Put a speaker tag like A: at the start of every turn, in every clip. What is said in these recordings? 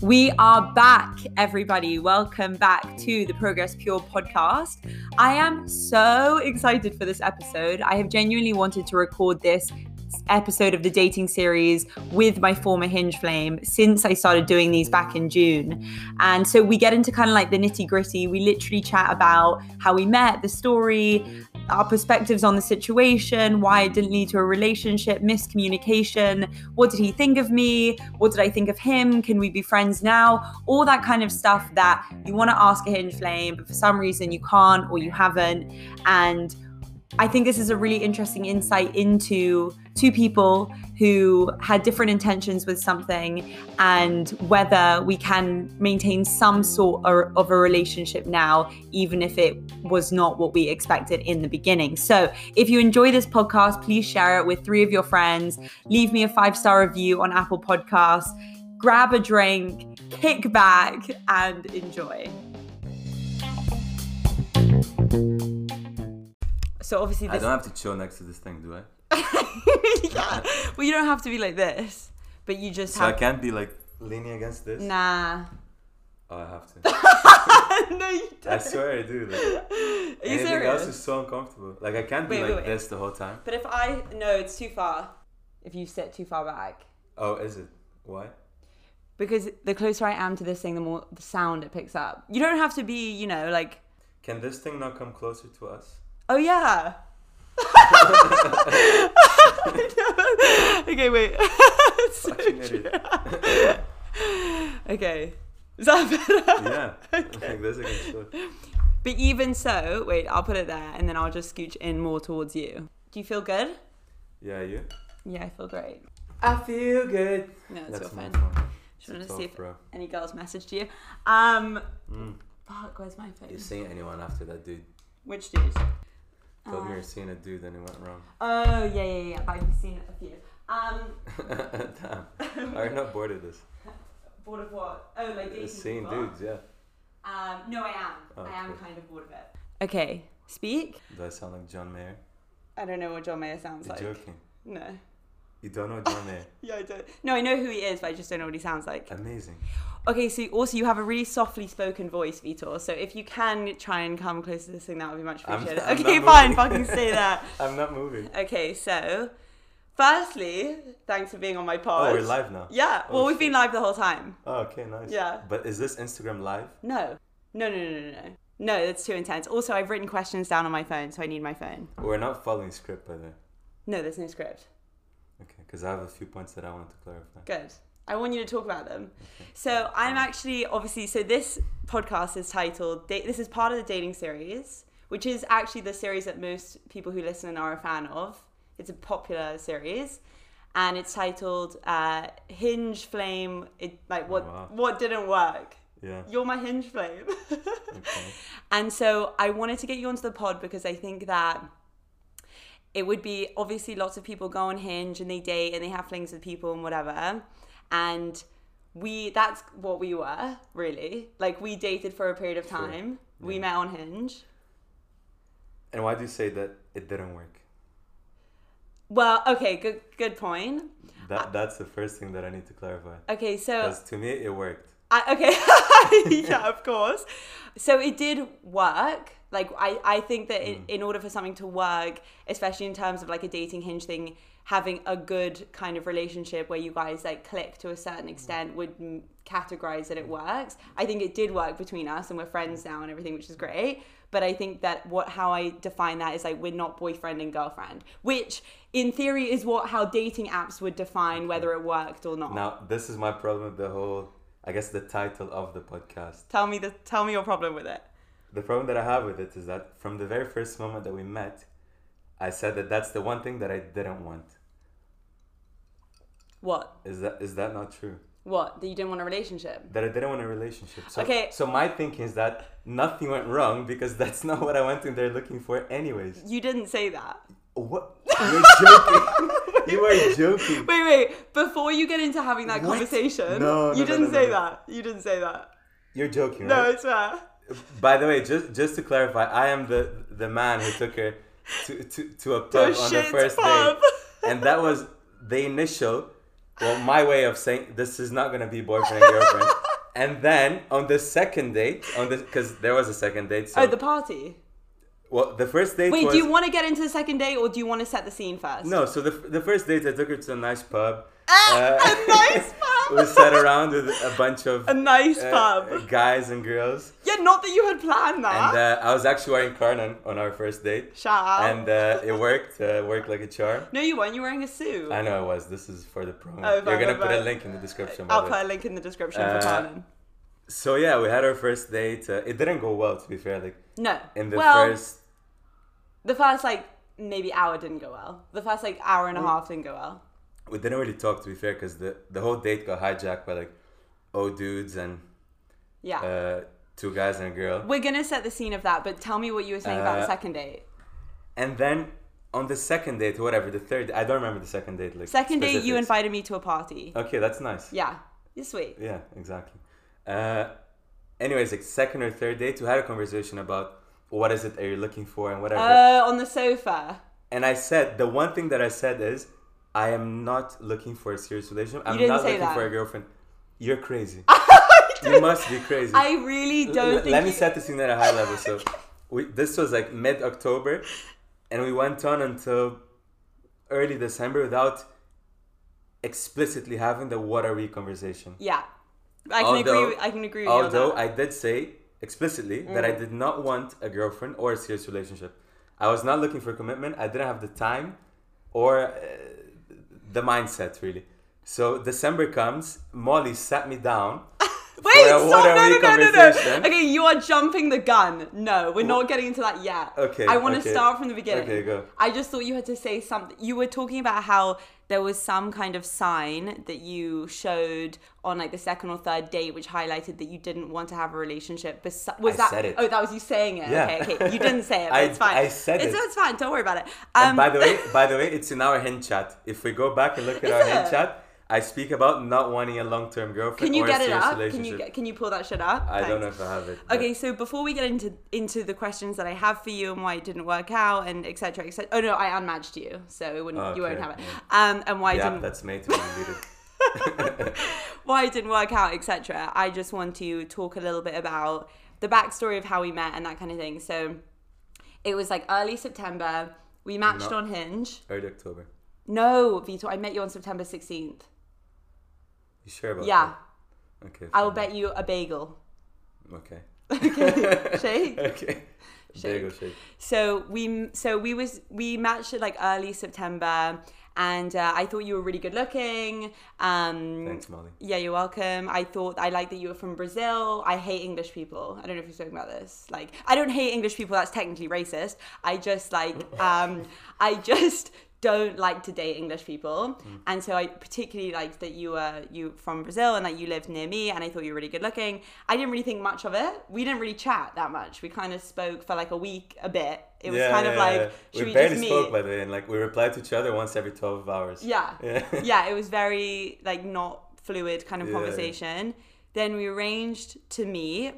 A: We are back, everybody. Welcome back to the Progress Pure podcast. I am so excited for this episode. I have genuinely wanted to record this episode of the dating series with my former hinge flame since I started doing these back in June. And so we get into kind of like the nitty gritty. We literally chat about how we met, the story, our perspectives on the situation, why it didn't lead to a relationship, miscommunication, what did he think of me, what did I think of him, can we be friends now, all that kind of stuff that you want to ask a hinge flame, but for some reason you can't or you haven't. And I think this is a really interesting insight into two people who had different intentions with something and whether we can maintain some sort or- of a relationship now, even if it was not what we expected in the beginning. So, if you enjoy this podcast, please share it with three of your friends. Leave me a five star review on Apple Podcasts. Grab a drink, kick back, and enjoy. So, obviously,
B: I
A: this
B: don't have to chill next to this thing, do I?
A: yeah. Well, you don't have to be like this, but you just
B: So I
A: have.
B: can't be like leaning against this.
A: Nah.
B: Oh, I have to.
A: no, you
B: I
A: don't.
B: swear I do. Like,
A: Are you
B: anything
A: serious?
B: else is so uncomfortable. Like I can't be
A: Wait, wait,
B: like
A: wait.
B: this the whole time.
A: But if I no, it's too far. If you sit too far back,
B: Oh, is it? Why?
A: because the closer I am to this thing, the more the sound it picks up. You don't have to be, you know, like
B: Can this thing not come closer to us?
A: oh yeah. okay, wait. So
B: Fucking idiot.
A: true. okay, is that better?
B: Yeah. like this I can chill.
A: But even so, wait, I'll put it there and then I'll just scooch in more towards you. Do you feel good?
B: Yeah, you.
A: Yeah, I feel great.
B: I feel good.
A: No, it's your
B: my
A: phone.
B: phone. It's
A: wanted
B: a
A: to see
B: talk,
A: if-
B: bro.
A: Any girls messaged you? Um,
B: Mm.
A: fuck, where's my phone?
B: You seen anyone after that dude?
A: Which dude?
B: Told me
A: Uh,
B: you're seeing a dude and it went wrong.
A: Oh, yeah, yeah, yeah, but I've seen a few. Um,
B: Damn. I'm not bored of this.
A: bored of what? Oh, like dating
B: Seeing
A: people.
B: dudes, yeah.
A: Um, no, I am.
B: Oh,
A: I am
B: cool.
A: kind of bored of it. Okay, speak.
B: Do I sound like John Mayer?
A: I don't know what John Mayer sounds
B: You're
A: like.
B: joking.
A: No.
B: You don't know John Mayer.
A: Yeah, I don't. No, I know who he is, but I just don't know what he sounds like.
B: Amazing.
A: Okay, so also you have a really softly spoken voice, Vitor. So if you can try and come closer to this thing, that would be much
B: I'm-
A: appreciated.
B: I'm
A: okay,
B: not
A: fine,
B: moving.
A: fucking say that.
B: I'm not moving.
A: Okay, so firstly, thanks for being on my pod.
B: Oh, we're live now.
A: Yeah, well,
B: Oh,
A: we've been live the whole time.
B: Oh, okay, nice.
A: Yeah.
B: But is this Instagram live?
A: No, no, no, no, no, no. No, that's too intense. Also, I've written questions down on my phone, so I need my phone.
B: We're not following script, by the way.
A: No, there's no script.
B: Okay, because I have a few points that I wanted to clarify.
A: Good. I want you to talk about them. So I'm actually obviously so this podcast is titled da- this is part of the dating series, which is actually the series that most people who listen are a fan of. It's a popular series, and it's titled uh, "Hinge Flame." It, like what
B: Wow.
A: what didn't work.
B: Yeah.
A: You're my hinge flame.
B: Okay.
A: And so I wanted to get you onto the pod because I think that it would be obviously lots of people go on Hinge and they date and they have flings with people and whatever. And we that's what we were really like we dated for a period of
B: Sure.
A: time. We
B: Yeah.
A: met on Hinge.
B: And why do you say that it didn't work?
A: Well, okay, good good point. Uh,
B: That that's the first thing that I need to clarify.
A: Okay, so
B: Because to me it worked.
A: I, okay, yeah, of course. So it did work. Like I, I think that in, in order for something to work, especially in terms of like a dating hinge thing, having a good kind of relationship where you guys like click to a certain extent would m- categorize that it works. I think it did work between us, and we're friends now and everything, which is great. But I think that what how I define that is like we're not boyfriend and girlfriend, which in theory is what how dating apps would define whether it worked or not.
B: Now this is my problem with the whole I guess the title of the podcast.
A: Tell me the tell me your problem with it.
B: The problem that I have with it is that from the very first moment that we met, I said that that's the one thing that I didn't want.
A: What?
B: Is that is that not true?
A: What? That you didn't want a relationship?
B: that I didn't want a relationship. So,
A: Okay.
B: So my thinking is that nothing went wrong because that's not what I went in there looking for, anyways.
A: You didn't say that.
B: What? You're joking. you are joking.
A: Wait, wait. Before you get into having that
B: What?
A: conversation,
B: No, no,
A: you
B: no,
A: didn't
B: no, no,
A: say
B: no.
A: that. You didn't say that.
B: You're joking,
A: No,
B: right?
A: it's fair.
B: By the way, just just to clarify, I am the the man who took her to to, to a
A: To a
B: pub on the
A: Oh, shit
B: first
A: pub.
B: date, and that was the initial Well, my way of saying this is not gonna be boyfriend and girlfriend. and then on the second date, on this because there was a second date. So
A: Oh, the party.
B: well, the first date.
A: Wait,
B: was,
A: do you want to get into the second date or do you want to set the scene first?
B: No, so the, the first date I took her to a nice pub. Uh,
A: Ah, a nice pub.
B: we sat around with a bunch of
A: A nice
B: uh,
A: pub. Ah.
B: guys and girls,
A: Yeah, not that you had planned that.
B: and uh, I was actually wearing Carnan on our first date,
A: Shut up.
B: and uh, it worked. Uh, worked like a charm.
A: no, you weren't. You're wearing a suit.
B: I know it was. This is for the promo.
A: Oh,
B: You're
A: fine,
B: gonna
A: fine,
B: put a
A: fine.
B: link in the description. by
A: I'll
B: the
A: put
B: way.
A: a link in the description
B: Uh,
A: for Carmen.
B: So yeah, we had our first date. Uh, it didn't go well, to be fair. Like
A: No.
B: in the
A: well,
B: first,
A: the first like maybe hour didn't go well. The first like hour and a half didn't go well.
B: we didn't really talk, to be fair, because the the whole date got hijacked by like, oh dudes and
A: Yeah.
B: uh, two guys and a girl.
A: We're gonna set the scene of that, but tell me what you were saying about the
B: Uh,
A: second date.
B: And then on the second date, whatever, the third, I don't remember the second date. Like
A: Second date, you
B: specifics. Uh,
A: invited me to a party.
B: Okay, that's nice. Yeah,
A: yeah, you're sweet.
B: exactly. Uh, anyways, like second or third date, we had a conversation about what is it that you're looking for and whatever.
A: Uh, on the sofa.
B: and I said the one thing that I said is, I am not looking for a serious relationship. I'm
A: didn't
B: not
A: say
B: looking
A: that.
B: for a girlfriend. You're crazy. you must be crazy.
A: I really
B: L-
A: don't
B: l-
A: think.
B: let me
A: you-
B: set the scene at a high level. So, we, this was like mid October, and we went on until early December without explicitly having the "what are we" conversation.
A: Yeah, I can agree.
B: Although-
A: With, I can agree with you on
B: Although
A: that.
B: I did say explicitly that I did not want a girlfriend or a serious relationship. I was not looking for commitment. I didn't have the time or uh, the mindset really. So December comes, Molly sat me down.
A: Wait,
B: for a
A: stop! No, no,
B: what-are-we
A: no, no, no.
B: conversation.
A: Okay, you are jumping the gun. No, we're not getting into that yet.
B: Okay,
A: I want to
B: okay.
A: start from the beginning.
B: Okay, go.
A: I just thought you had to say something. You were talking about how there was some kind of sign that you showed on like the second or third date, which highlighted that you didn't want to have a relationship. Besi- was
B: I
A: that?
B: said it.
A: Oh, that was you saying it.
B: Yeah.
A: Okay, okay. You didn't say it. But
B: I-
A: it's fine.
B: I said
A: it's,
B: it.
A: It's fine. Don't worry about it. Um,
B: And by the way, by the way, it's in our hand chat. If we go back and look at
A: Is
B: our hand
A: it?
B: chat, I speak about not wanting a long-term girlfriend
A: can you
B: or
A: get
B: a
A: it
B: serious
A: up? Can
B: relationship.
A: you get, can you pull that shit up?
B: I don't
A: Thanks.
B: know if I have it. but-
A: Okay, so before we get into into the questions that I have for you and why it didn't work out and etc. etc. Oh no, I unmatched you, so it wouldn't you won't
B: Okay,
A: have it. Um, and why it
B: Yeah,
A: didn't
B: that's made to be deleted.
A: why it didn't work out, etc. I just want to talk a little bit about the backstory of how we met and that kind of thing. So it was like early September. We matched
B: No.
A: on Hinge.
B: Early October.
A: No, Vitor, I met you on September sixteenth.
B: You sure about
A: Yeah,
B: that? Okay.
A: I will
B: fine.
A: bet you a bagel.
B: Okay.
A: Shake.
B: Okay. There you go, shake.
A: So we so we was we matched at like early September, and uh, I thought you were really good looking. Um,
B: Thanks, Molly.
A: Yeah, you're welcome. I thought I liked that you were from Brazil. I hate English people. I don't know if you're talking about this. Like, I don't hate English people. That's technically racist. I just like, um, I just don't like to date English people.
B: Mm.
A: And so I particularly liked that you were you from Brazil and that you lived near me. And I thought you were really good looking. I didn't really think much of it. We didn't really chat that much. We kind of spoke for like a week, a bit. It was kind of like,
B: yeah.
A: should
B: we
A: we,
B: barely
A: just meet?
B: spoke by the way, and like we replied to each other once every twelve hours.
A: Yeah.
B: Yeah.
A: yeah, it was very like not fluid kind of
B: Yeah.
A: conversation. Then we arranged to meet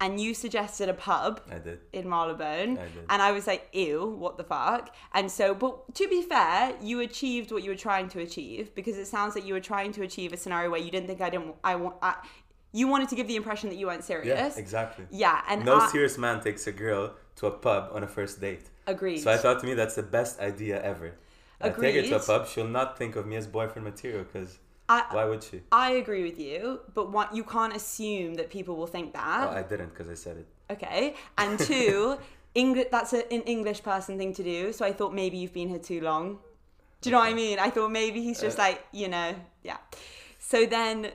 A: and you suggested a pub
B: I did.
A: in Marylebone
B: I did.
A: and I was like, ew, what the fuck? And so but to be fair, you achieved what you were trying to achieve because it sounds like you were trying to achieve a scenario where you didn't think I didn't I want I, you wanted to give the impression that you weren't serious.
B: Yeah. Exactly.
A: Yeah, and
B: No
A: I,
B: serious man takes a girl to a pub on a first date.
A: agreed.
B: So I thought to me that's the best idea ever. I take her to a
A: Agreed.
B: pub. She'll not think of me as boyfriend material because
A: I-
B: why would she?
A: I agree with you, but what, you can't assume that people will think that.
B: Oh, I didn't because I said it.
A: Okay. And two, Engli- that's a, an English person thing to do. So I thought maybe you've been here too long. Do you know what I mean? I thought maybe he's
B: Uh.
A: just like, you know, yeah. So then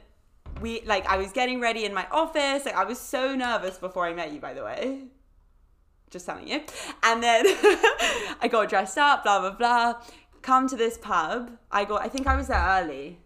A: we, like, I was getting ready in my office. Like, I was so nervous before I met you, by the way. Just telling you. And then I got dressed up, blah, blah, blah. Come to this pub. I got, I think I was there early.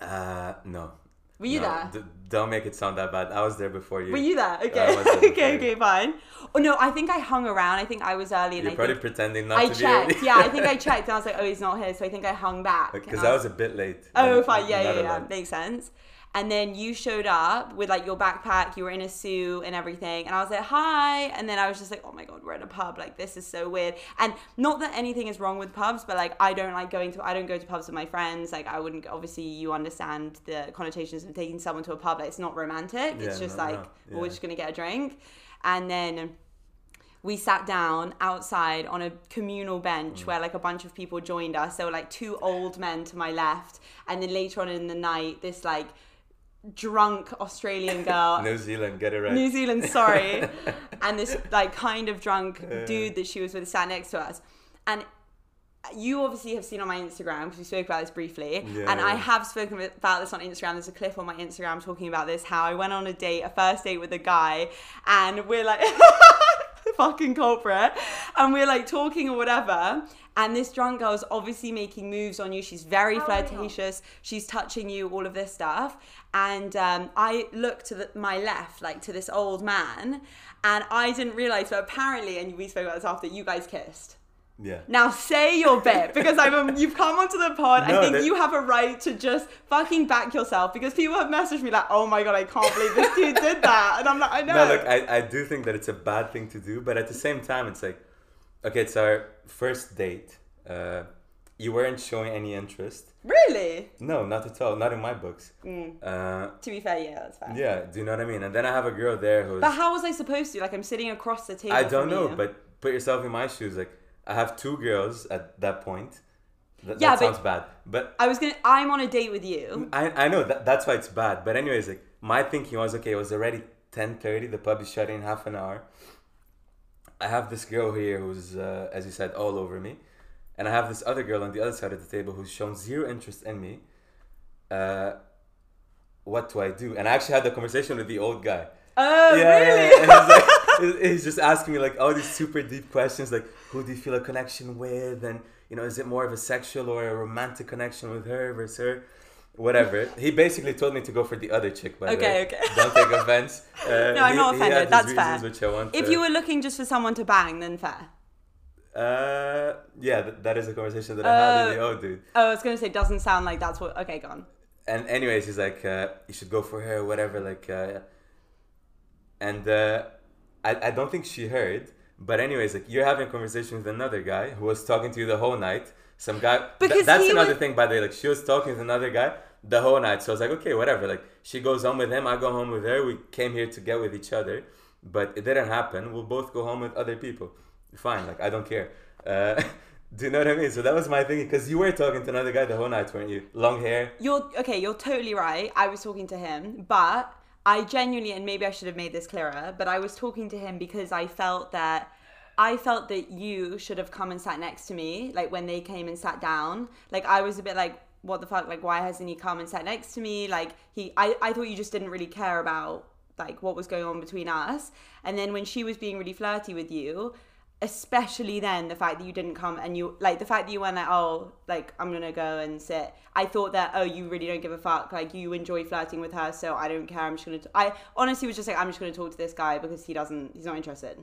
B: Uh, no.
A: Were you
B: No,
A: there?
B: D- don't make it sound that bad. I was there before you.
A: Were you there?
B: I
A: Okay.
B: was there before
A: okay,
B: you.
A: okay, fine. Oh no, I think I hung around. I think I was early and
B: You're
A: I
B: probably
A: think
B: pretending not
A: I
B: to be.
A: checked. yeah, I think I checked and I was like, oh, he's not here. So I think I hung back. and
B: Because I was a bit late.
A: oh,
B: Not-
A: fine. Yeah,
B: not
A: yeah,
B: a
A: yeah.
B: lot.
A: Makes sense. And then you showed up with like your backpack, you were in a suit and everything. And I was like, hi. And then I was just like, oh my God, we're in a pub. Like, this is so weird. And not that anything is wrong with pubs, but like, I don't like going to, I don't go to pubs with my friends. Like, I wouldn't, obviously, you understand the connotations of taking someone to a pub. Like, it's not romantic. it's
B: Yeah,
A: just
B: no,
A: like,
B: no.
A: well, we're
B: Yeah.
A: just going to get a drink. And then we sat down outside on a communal bench where like a bunch of people joined us. There were like two old men to my left, and then later on in the night, this like drunk Australian girl.
B: New Zealand, get it right.
A: New Zealand, sorry. and this like kind of drunk dude that she was with sat next to us. And you obviously have seen on my Instagram because we spoke about this briefly,
B: Yeah,
A: and I
B: yeah.
A: have spoken about this on Instagram. There's a clip on my Instagram talking about this how I went on a date, a first date with a guy, and we're like, fucking culprit, and we're like talking or whatever. And this drunk girl's obviously making moves on you. She's very flirtatious. She's touching you, all of this stuff. And um, I look to the, my left, like to this old man, and I didn't realize, but apparently, and we spoke about this after, you guys kissed.
B: Yeah.
A: Now say your bit because I'm a, you've come onto the pod. I
B: No,
A: think
B: that-
A: you have a right to just fucking back yourself because people have messaged me like, "Oh my god, I can't believe this dude did that," and I'm like, "I know."
B: No, look, I, I do think that it's a bad thing to do, but at the same time, it's like, okay, it's our first date. Uh, you weren't showing any interest.
A: really?
B: No, not at all. Not in my books.
A: Mm.
B: Uh,
A: To be fair, yeah, that's fair.
B: yeah, do you know what I mean? And then I have a girl there who's.
A: But how was I supposed to? Like, I'm sitting across the table.
B: I don't
A: from
B: know,
A: you.
B: but put yourself in my shoes. Like, I have two girls at that point. Th-
A: Yeah,
B: that
A: but-
B: sounds bad. But
A: I was gonna. I'm on a date with you.
B: I, I know that that's why it's bad. But anyways, like my thinking was okay. It was already ten thirty. The pub is shutting in half an hour. I have this girl here who's, uh, as you said, all over me, and I have this other girl on the other side of the table who's shown zero interest in me. Uh, what do I do? And I actually had the conversation with the old guy.
A: Oh,
B: yeah, yeah,
A: really?
B: yeah. And he's like, he's- he's just asking me like all these super deep questions, like who do you feel a connection with, and you know, is it more of a sexual or a romantic connection with her versus her, whatever. He basically told me to go for the other chick. By
A: Okay,
B: the
A: okay.
B: way, don't take offense. Uh,
A: No, I'm not offended. That's fair.
B: Which I want
A: If
B: to-
A: you were looking just for someone to bang, then fair.
B: uh, yeah, th- that is a conversation that I had with the old dude.
A: Oh, I was gonna say doesn't sound like that's what. Okay, gone.
B: and anyways he's like uh, you should go for her whatever like uh, and uh, I, I don't think she heard but anyways like you're having a conversation with another guy who was talking to you the whole night some guy Th-
A: Because
B: that's
A: he
B: another
A: was-
B: thing by the way like she was talking to another guy the whole night so i was like okay whatever like she goes home with him i go home with her we came here to get with each other but it didn't happen we'll both go home with other people fine like i don't care uh, do you know what i mean so that was my thing because you were talking to another guy the whole night weren't you long hair
A: You're okay, you're totally right. I was talking to him, but I genuinely and maybe I should have made this clearer, but I was talking to him because I felt that I felt that you should have come and sat next to me, like when they came and sat down. Like I was a bit like what the fuck? Like why hasn't he come and sat next to me? Like he I I thought you just didn't really care about like what was going on between us. And then when she was being really flirty with you, especially then the fact that you didn't come and you like the fact that you went like oh like i'm gonna go and sit i thought that oh you really don't give a fuck like you enjoy flirting with her so i don't care i'm just gonna t- i honestly was just like i'm just gonna talk to this guy because he doesn't he's not interested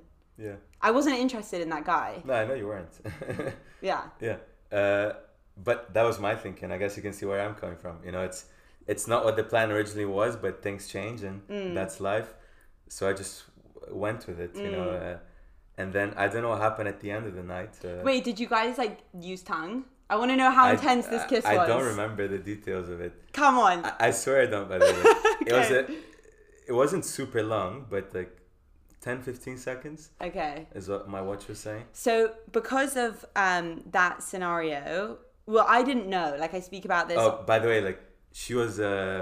B: yeah
A: i wasn't interested in that guy
B: No, I know you weren't.
A: yeah
B: yeah. Uh, but that was my thinking. I guess you can see where I'm coming from. You know, it's it's not what the plan originally was, but things change and
A: Mm.
B: that's life. So I just w- went with it, you know. Uh, and then I don't know what happened at the end of the night. Uh,
A: Mm. wait did you guys like use tongue i want to know how
B: I-
A: intense this
B: I-
A: kiss
B: I
A: was
B: don't remember the details of it.
A: come on
B: I swear I don't, by the way. It was
A: Okay.
B: a, it wasn't super long, but like 10, 15 seconds
A: okay
B: is what my watch was saying.
A: so because of um that scenario well i didn't know like i speak about this
B: Oh, by the way, like she was, uh,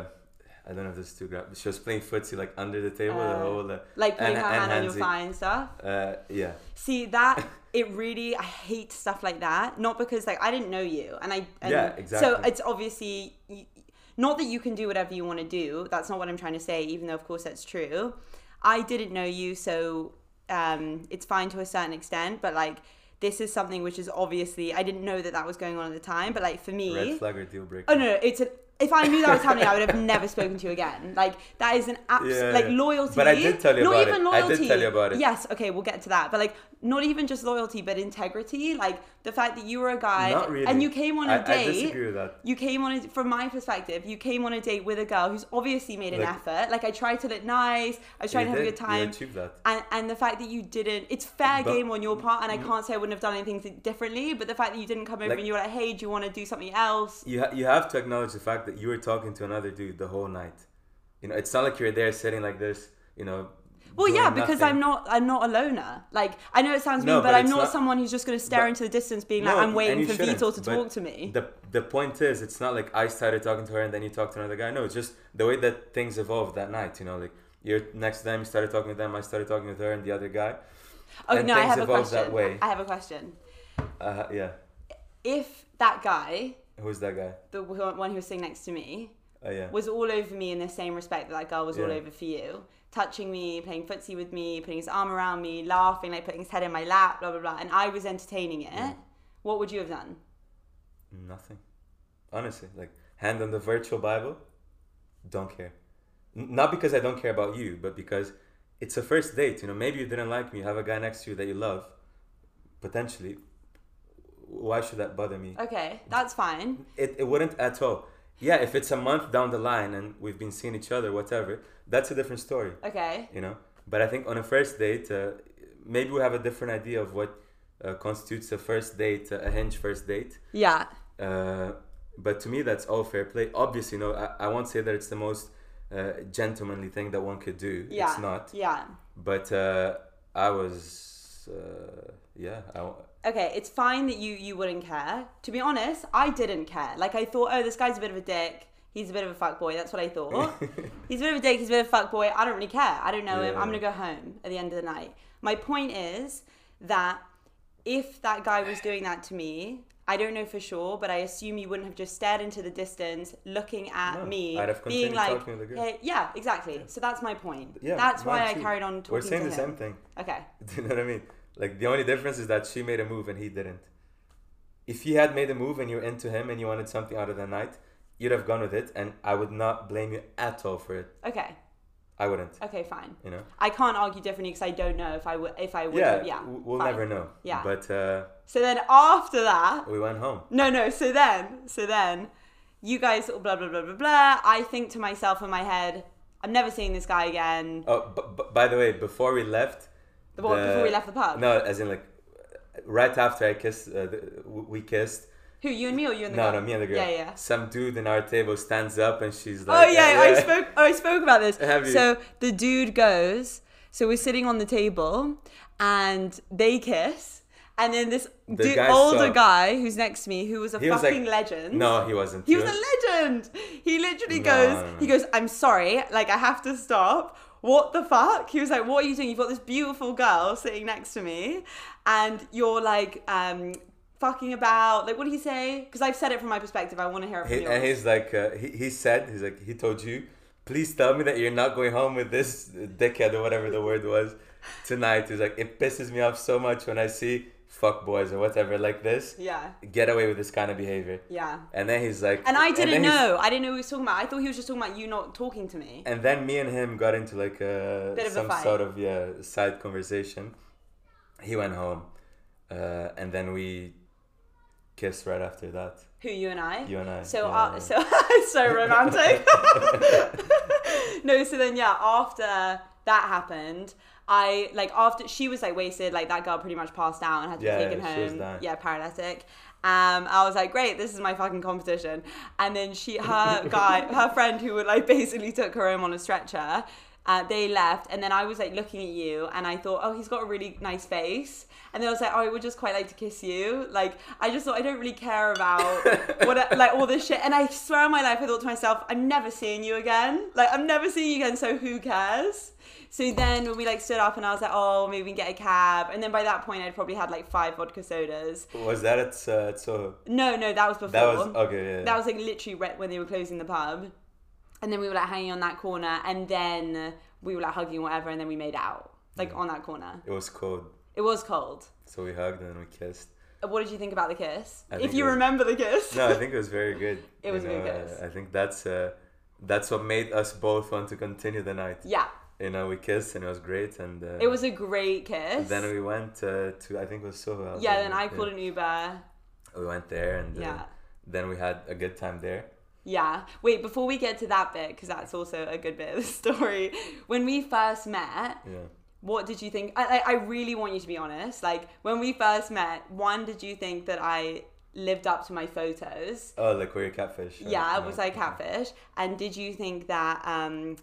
B: I don't know if this is too grab. She was playing footsie like under the table the
A: Oh.
B: whole. Uh,
A: like putting
B: and-
A: her
B: and
A: hand on your
B: handsy.
A: thigh and stuff
B: Uh, yeah,
A: See that it really I hate stuff like that. Not because like I didn't know you and I and
B: Yeah,
A: So
B: exactly.
A: it's obviously y- not that you can do whatever you want to do. That's not what I'm trying to say. Even though of course that's true. I didn't know you, so um, it's fine to a certain extent. But like this is something which is obviously I didn't know that that was going on at the time. But like for me,
B: red flag or deal breaker.
A: Oh no, no, it's an. If I knew that was happening, I would have never spoken to you again. Like that is an absolute
B: Yeah,
A: like
B: yeah.
A: loyalty.
B: But I did tell you
A: not
B: about
A: even
B: it. I did
A: loyalty.
B: tell you about it.
A: Yes, okay, we'll get to that. But like not even just loyalty, but integrity. Like the fact that you were a guy
B: Not really.
A: and you came on a
B: I-
A: date.
B: I disagree with that.
A: You came on a, from my perspective, you came on a date with a girl who's obviously made an
B: Like-
A: effort. Like I tried to look nice, I was trying
B: you
A: to have a
B: did.
A: good time.
B: You achieved that.
A: and, and the fact that you didn't it's fair
B: But-
A: game on your part and i can't say i wouldn't have done anything th- differently but the fact that you didn't come over
B: Like-
A: and you were like hey do you want to do something else
B: You ha- you have to acknowledge the fact that you were talking to another dude the whole night. You know, it's not like you're there sitting like this. You know.
A: well yeah
B: doing
A: because
B: nothing.
A: i'm not i'm not a loner like i know it sounds
B: No,
A: mean but,
B: but
A: i'm
B: it's
A: not,
B: not-
A: someone who's just going to stare
B: but-
A: into the distance being like i'm
B: and you
A: waiting for
B: shouldn't,
A: Vitor to
B: but
A: talk to me
B: The the point is, it's not like I started talking to her and then you talked to another guy. No, it's just the way that things evolved that night. You know, like you're next to them, you started talking with them, I started talking with her and the other guy.
A: oh
B: and
A: no i
B: things
A: have a
B: evolve
A: question
B: that way.
A: i have a question
B: Uh, yeah,
A: if that guy
B: who's that guy?
A: the one who was sitting next to me
B: Uh, yeah.
A: was all over me in the same respect that that girl was all
B: Yeah.
A: over for you. Touching me, playing footsie with me, putting his arm around me, laughing, like putting his head in my lap, blah, blah, blah. And I was entertaining it. What would you have done?
B: Nothing. Honestly, like hand on the virtual Bible. Don't care. N- not because I don't care about you, but because it's a first date. You know, maybe you didn't like me. You have a guy next to you that you love, potentially. Why should that bother me?
A: Okay, that's fine.
B: It, it wouldn't at all. Yeah, if it's a month down the line and we've been seeing each other, whatever, that's a different story,
A: Okay.
B: you know? But I think on a first date, uh, maybe we have a different idea of what uh, constitutes a first date, a hinge first date.
A: Yeah.
B: Uh, but to me, that's all fair play. Obviously, no, I, I won't say that it's the most uh, gentlemanly thing that one could do.
A: Yeah.
B: It's not.
A: Yeah.
B: But uh, I was, uh, yeah, I, w-
A: Okay, it's fine that you you wouldn't care. To be honest, I didn't care. Like I thought, oh, this guy's a bit of a dick. He's a bit of a fuck boy. That's what I thought. he's a bit of a dick. He's a bit of a fuck boy. I don't really care. I don't know him.
B: Yeah.
A: I'm gonna go home at the end of the night. My point is that if that guy was doing that to me, I don't know for sure, but I assume you wouldn't have just stared into the distance, looking at
B: No,
A: me,
B: I'd have
A: being
B: continued
A: like,
B: talking to the girl.
A: "Hey," yeah, exactly. So that's my point.
B: yeah.
A: that's why
B: mine
A: I
B: too.
A: carried on talking
B: We're saying
A: to
B: the
A: him.
B: same thing.
A: Okay.
B: Do you know what I mean? Like the only difference is that she made a move and he didn't. If he had made a move and you're into him and you wanted something out of the night, you'd have gone with it, and I would not blame you at all for it.
A: Okay.
B: I wouldn't.
A: Okay. Fine.
B: You know.
A: I can't argue differently because I don't know if I would. If I would.
B: Yeah.
A: Yeah.
B: w- We'll
A: fine.
B: never know.
A: Yeah.
B: But uh,
A: So then after that,
B: we went home.
A: no, no. So then, so then, you guys all blah blah blah blah blah. I think to myself in my head, I'm never seeing this guy again.
B: Oh, b- b- by the way, before we left,
A: The what, before we left the pub?
B: No, as in like right after I kissed, uh, the, we kissed.
A: Who you and me or you and the
B: No,
A: girl?
B: no, me and the girl.
A: Yeah, yeah.
B: Some dude in our table stands up and she's
A: Oh
B: like,
A: yeah, I spoke. Oh, I spoke about this.
B: Have you?
A: So the dude goes. So we're sitting on the table, and they kiss, and then this du-
B: guy
A: older
B: saw-
A: guy who's next to me, who was a
B: He was like-
A: fucking legend.
B: No, he wasn't.
A: He was a legend. He literally
B: No,
A: goes,
B: no, no.
A: he goes, I'm sorry, like I have to stop. What the fuck? He was like, What are you doing? You've got this beautiful girl sitting next to me, and you're like, um, fucking about. Like, what do you say? Because I've said it from my perspective. I want to hear it from
B: He,
A: you.
B: and he's like, uh, he, he said, he's like, he told you, please tell me that you're not going home with this dickhead or whatever the word was tonight. He's like, it pisses me off so much when I see fuck boys or whatever like this
A: Yeah,
B: get away with this kind of behavior.
A: yeah.
B: And then he's like,
A: And I
B: then
A: didn't
B: he's-
A: know. I didn't know what he was talking about. I thought he was just talking about you not talking to me.
B: And then me and him got into like a
A: Bit of a
B: some
A: fight.
B: sort of yeah side conversation. He went home, uh, and then we kissed right after that.
A: Who you and I?
B: You and I,
A: So
B: yeah,
A: uh,
B: yeah.
A: so so romantic. no, so then yeah, after that happened, I like after she was like wasted, like that girl pretty much passed out and had to
B: Yeah,
A: be taken
B: she was
A: home.
B: dying.
A: yeah, paralytic. Um, I was like, great, this is my fucking competition. And then she, her guy, her friend who would like basically took her home on a stretcher. Uh, they left, and then I was like looking at you, and I thought, oh, he's got a really nice face. And then I was like, oh, I would just quite like to kiss you. Like, I just thought I don't really care about what, I- like all this shit. And I swear on my life, I thought to myself, I'm never seeing you again. Like, I'm never seeing you again. So who cares? So then when we like stood up, and I was like, oh, maybe we can get a cab. And then by that point, I'd probably had like five vodka sodas.
B: Was that at, uh, at Soho?
A: No, no, that was before.
B: That was okay. Yeah, yeah.
A: That was, like literally right when they were closing the pub, and then we were like hanging on that corner, and then we were like hugging whatever, and then we made out like on that corner.
B: It was cold,
A: It was cold. Uh,
B: so we hugged and we kissed.
A: What did you think about the kiss?
B: I
A: if
B: think
A: you
B: it was-
A: remember the kiss.
B: No, I think it was very good.
A: It was a good
B: uh,
A: kiss.
B: I think that's uh, that's what made us both want to continue the night.
A: yeah.
B: you know, we kissed and it was great. And uh,
A: It was a great kiss.
B: then we went uh, to I think it was Soho.
A: yeah, then I called an Uber.
B: We went there and uh,
A: Yeah.
B: then we had a good time there.
A: Yeah. Wait, before we get to that bit, because that's also a good bit of the story. When we first met,
B: Yeah.
A: what did you think? I, I, I really want you to be honest. Like, when we first met, one, did you think that I lived up to my photos?
B: Oh, like were you catfish? or-
A: Yeah,
B: no.
A: was I catfish? And did you think that, um,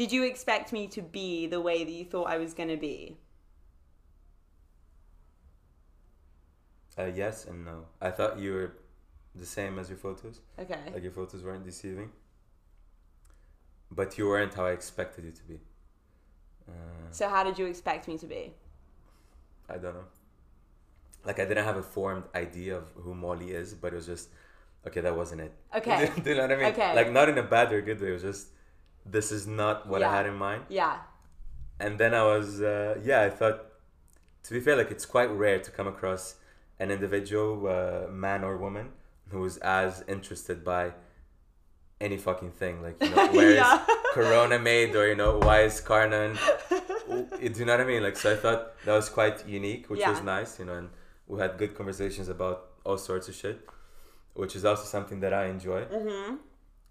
A: did you expect me to be the way that you thought I was going to be?
B: Uh, yes and no. I thought you were the same as your photos.
A: Okay.
B: Like your photos weren't deceiving. But you weren't how I expected you to be. Uh,
A: So, how did you expect me to be?
B: I don't know. Like I didn't have a formed idea of who Molly is, but it was just okay. That wasn't it.
A: Okay.
B: Do you know what I mean?
A: Okay.
B: Like not in a bad or good way. It was just this is not what
A: Yeah.
B: I had in mind.
A: Yeah.
B: And then I was uh, yeah. I thought to be fair, like it's quite rare to come across an individual, uh, man or woman, who is as interested by any fucking thing. Like you know, where is
A: Yeah.
B: Corona made, or you know, why is Carnan? Do you know what I mean? Like so, I thought that was quite unique, which was
A: Yeah.
B: nice, you know, and we had good conversations about all sorts of shit, which is also something that I enjoy. Mm-hmm.
A: Uh,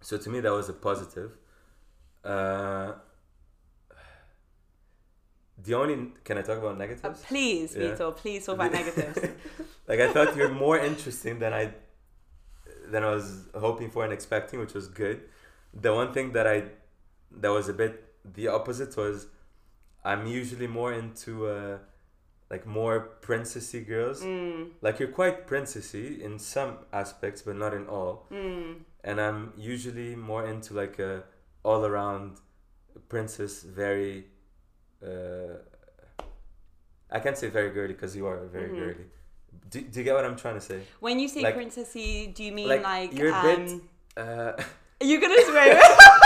B: So to me, that was a positive. Uh, the only can I talk about negatives?
A: Please,
B: Yeah.
A: Vitor, please talk about negatives.
B: like I thought you were more interesting than I than I was hoping for and expecting, which was good. The one thing that I that was a bit the opposite was I'm usually more into uh, like more princessy girls.
A: Mm.
B: Like you're quite princessy in some aspects, but not in all.
A: mm.
B: And I'm usually more into like a all around princess, very. Uh, I can't say very girly because you are
A: Mm-hmm.
B: very girly. Do, do you get what I'm trying to say?
A: When you say
B: Like-
A: princessy, do you mean
B: Like,
A: like,
B: you're a
A: um,
B: bit. Uh,
A: Are you gonna swear?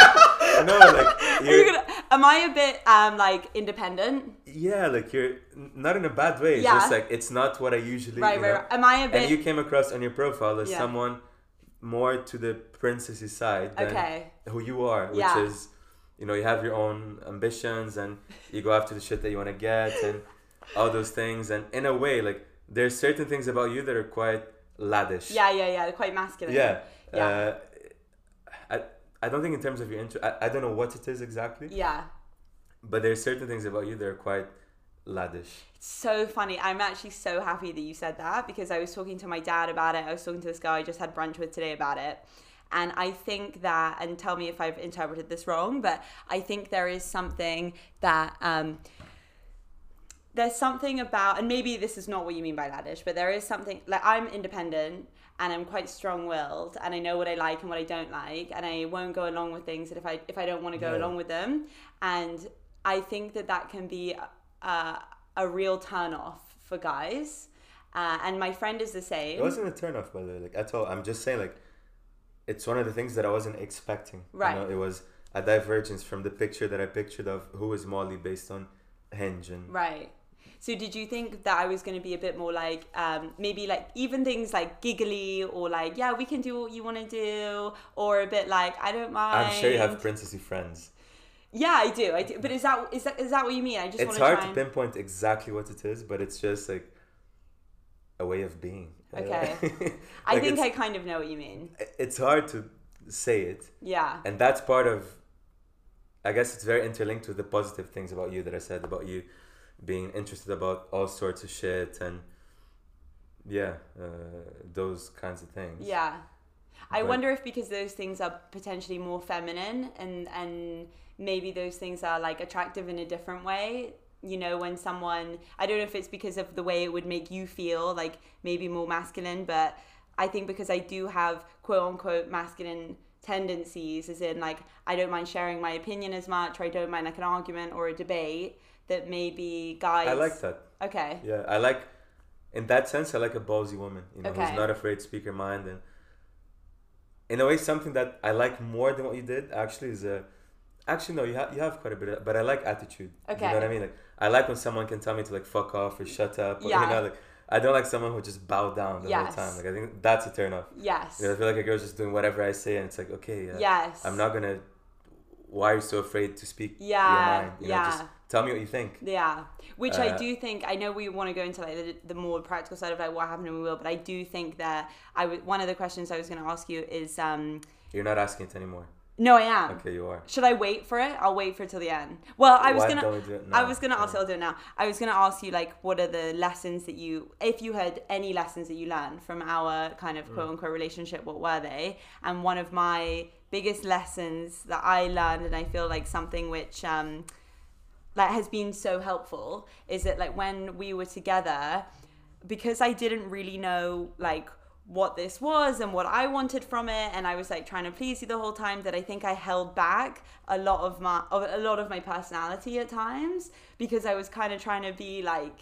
B: no, like
A: Are you
B: you're,
A: gonna? Am I a bit um like independent?
B: yeah, like you're n- not in a bad way. It's
A: Yeah.
B: just like it's not what I usually.
A: Right,
B: you
A: right,
B: know?
A: right. Am I a bit?
B: and you came across on your profile as
A: Yeah.
B: someone more to the princessy side than
A: Okay.
B: who you are, which
A: Yeah.
B: is, you know, you have your own ambitions and you go after the shit that you want to get and all those things. And in a way, like there's certain things about you that are quite laddish.
A: yeah, yeah, yeah. Quite masculine.
B: Yeah.
A: Yeah.
B: Uh, I, I don't think in terms of your intro, I, I don't know what it is exactly,
A: Yeah.
B: but there's certain things about you that are quite laddish.
A: so funny. I'm actually so happy that you said that because I was talking to my dad about it. I was talking to this guy I just had brunch with today about it. And I think that, and tell me if I've interpreted this wrong, but I think there is something that, um, there's something about, and maybe this is not what you mean by laddish, but there is something, like I'm independent and I'm quite strong willed and I know what I like and what I don't like and I won't go along with things that if I, if I don't want to go
B: Yeah.
A: along with them. And I think that that can be uh, a real turn off for guys. Uh, and my friend is the same.
B: It wasn't a turnoff, by the way, like at all. I'm just saying, like, it's one of the things that I wasn't expecting. you
A: Right.
B: know? it was a divergence from the picture that I pictured of who is Molly based on Hinge and
A: Right. So did you think that I was going to be a bit more like um, maybe like even things like giggly or like yeah we can do what you want to do or a bit like I don't mind.
B: I'm sure you have princessy friends.
A: Yeah, I do. I do. But is that is that is that what you mean? I just want
B: It's
A: to
B: hard
A: try
B: to
A: and...
B: pinpoint exactly what it is, but it's just like a way of being. I don't know.
A: Okay. I
B: Like,
A: think I
B: it's,
A: kind of know what you mean.
B: it's hard to say it,
A: Yeah.
B: and that's part of. I guess it's very interlinked with the positive things about you that I said about you being interested about all sorts of shit and yeah, uh, those kinds of things.
A: Yeah. I
B: But-
A: wonder if because those things are potentially more feminine and and maybe those things are like attractive in a different way. You know, when someone I don't know if it's because of the way it would make you feel like maybe more masculine, but I think because I do have quote unquote masculine tendencies as in like I don't mind sharing my opinion as much or I don't mind like an argument or a debate that maybe guys
B: I like that.
A: Okay.
B: Yeah, I like, in that sense, I like a ballsy woman, you know,
A: Okay.
B: who's not afraid to speak her mind. And in a way, something that I like more than what you did actually is a, actually no, you have you have quite a bit, of, but I like attitude. You
A: Okay.
B: know what I mean? Like I like when someone can tell me to like fuck off or shut up. Or,
A: Yeah.
B: You know, like I don't like someone who just bow down the
A: Yes.
B: whole time. Like I think that's a turn off.
A: Yes.
B: You know, I feel like a girl's just doing whatever I say, and it's like okay, yeah,
A: Yes.
B: I'm not uh, gonna why are you so afraid to speak
A: Yeah,
B: your mind? You
A: yeah.
B: know, just tell me what you think.
A: Yeah, which I
B: Uh,
A: do think I know we want to go into like the, the more practical side of like what happened and we will, but I do think that I w- one of the questions I was going to ask you is um
B: You're not asking it anymore.
A: no I am
B: Okay, you are.
A: should I wait for it? I'll wait for it till the end. Well, I was
B: Why
A: gonna
B: don't we do it
A: I
B: now?
A: was gonna ask
B: Yeah.
A: I'll do it now. I was gonna ask you like what are the lessons that you if you had any lessons that you learned from our kind of quote unquote relationship, what were they? And one of my biggest lessons that I learned and I feel like something which um that has been so helpful is that like when we were together because i didn't really know like what this was and what i wanted from it and i was like trying to please you the whole time that i think i held back a lot of my of a lot of my personality at times because i was kind of trying to be like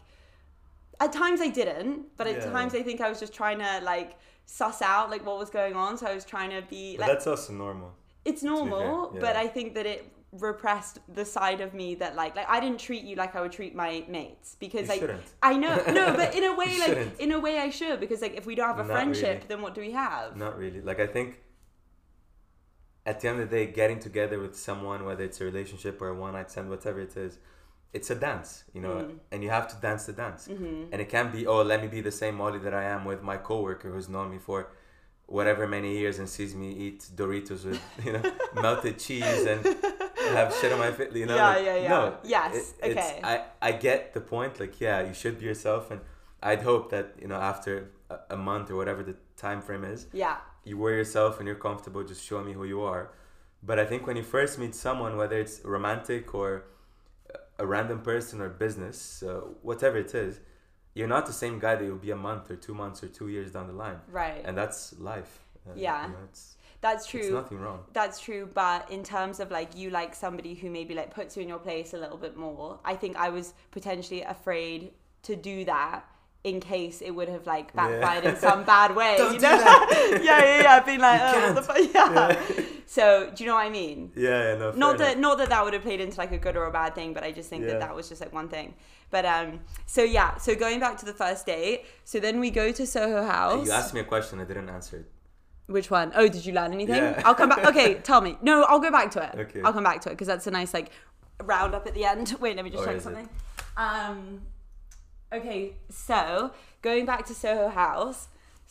A: at times i didn't but at
B: Yeah.
A: times i think i was just trying to like suss out like what was going on so i was trying to be
B: But
A: like
B: that's also normal.
A: it's normal,
B: fair,
A: but
B: yeah.
A: I think that it repressed the side of me that like like I didn't treat you like I would treat my mates because
B: You
A: like
B: shouldn't.
A: I know no, but in a way
B: You
A: like
B: shouldn't.
A: in a way I should because like if we don't have a
B: Not
A: friendship,
B: really.
A: then what do we have?
B: Not really. Like I think at the end of the day, getting together with someone, whether it's a relationship or a one night stand, whatever it is, it's a dance, you know,
A: Mm-hmm.
B: and you have to dance the dance. And it can't be, oh, let me be the same Molly that I am with my coworker who's known me for whatever many years and sees me eat Doritos with, you know, melted cheese and have shit on my face. You know,
A: Yeah,
B: like,
A: yeah, yeah.
B: No,
A: Yes,
B: it's-
A: okay.
B: I, I get the point. Like, yeah, you should be yourself. And I'd hope that, you know, after a, a month or whatever the time frame is,
A: Yeah.
B: you wear yourself and you're comfortable just show me who you are but i think when you first meet someone whether it's romantic or a random person or business uh, whatever it is you're not the same guy that you'll be a month or two months or two years down the line
A: Right.
B: and that's life Uh,
A: Yeah.
B: you know, it's,
A: That's
B: it's
A: true.
B: nothing wrong
A: That's true, but in terms of like you like somebody who maybe like puts you in your place a little bit more, I think I was potentially afraid to do that in case it would have like backfired in some bad way.
B: Don't
A: you
B: do
A: know?
B: that.
A: yeah, yeah, yeah. Being like,
B: You
A: oh, what the fuck? Yeah. So do you know what I mean?
B: yeah, yeah no fair
A: Not that
B: enough.
A: not that that would have played into like a good or a bad thing, but I just think that
B: Yeah.
A: that was just like one thing. But um, so yeah, so going back to the first date, so then we go to Soho House.
B: you asked me a question i didn't answer it
A: Which one? Oh, did you learn anything?
B: Yeah.
A: I'll come back. Okay, tell me. No, I'll go back to it.
B: Okay.
A: I'll come back to it because that's a nice like round up at the end. Wait, let me just
B: Or
A: check
B: Oh, is it?
A: something. Um, okay, so going back to Soho House.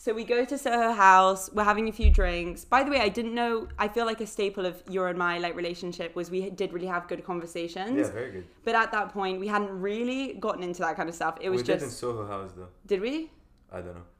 A: So we go to Soho House. We're having a few drinks. By the way, I didn't know. I feel like a staple of your and my like relationship was we did really have good conversations.
B: yeah very good
A: But at that point, we hadn't really gotten into that kind of stuff. It
B: we
A: was
B: did in
A: just
B: soho house though
A: did we?
B: i don't know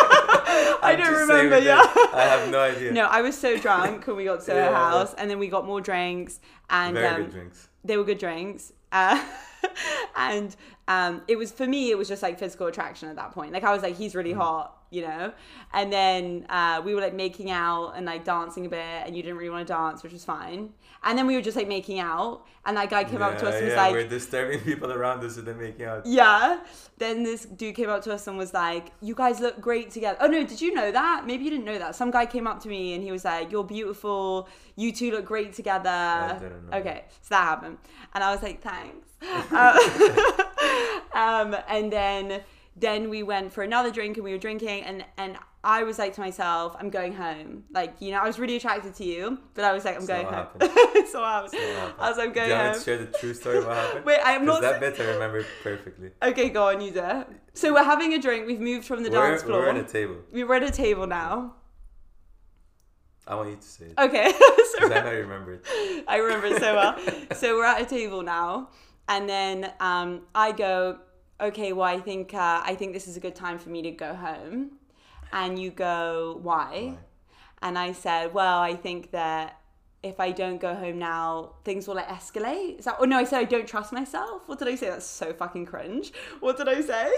A: I
B: I'm
A: don't
B: just saying
A: remember,
B: with
A: yeah.
B: this. i have no idea
A: No, I was so drunk when we got to her
B: Yeah, yeah.
A: house, and then we got more drinks, and
B: very
A: um,
B: good drinks
A: they were good drinks. Uh, and um, it was for me, it was just like physical attraction at that point. Like I was like, he's really
B: Mm.
A: hot, you know. And then uh, we were like making out and like dancing a bit, and you didn't really want to dance, which was fine. And then we were just like making out, and that guy came up to us and was
B: yeah,
A: like,
B: we're disturbing people around us and they're making out
A: yeah. Then this dude came up to us and was like, "You guys look great together." Oh no, did you know that? Maybe you didn't know that. Some guy came up to me and he was like, "You're beautiful. You two look great together."
B: didn't know
A: okay, so that happened, and I was like, "Thanks." Uh, um, and then then we went for another drink and we were drinking and and I was like to myself, "I'm going home." Like you know, I was really attracted to you, but I was like, "I'm
B: not
A: going
B: what
A: home."
B: happened.
A: It's not what happened. I was like, "I'm
B: Do
A: going
B: you want me
A: home."
B: to share the true story of what happened?
A: Wait, I'm not.
B: 'Cause that bit I remember perfectly.
A: Okay, go on, you do. So we're having a drink. We've moved from the
B: we're,
A: dance floor.
B: we're at a table.
A: We were at a table now.
B: I want you to say it.
A: Okay, so
B: 'Cause I might remember it.
A: I remember it so well. so we're at a table now, and then um, I go, okay, well, I think uh, I think this is a good time for me to go home, and you go, why? And I said, well, I think that if I don't go home now, things will like escalate. Is that? Oh no, I said I don't trust myself. What did I say? That's so fucking cringe. What did I say?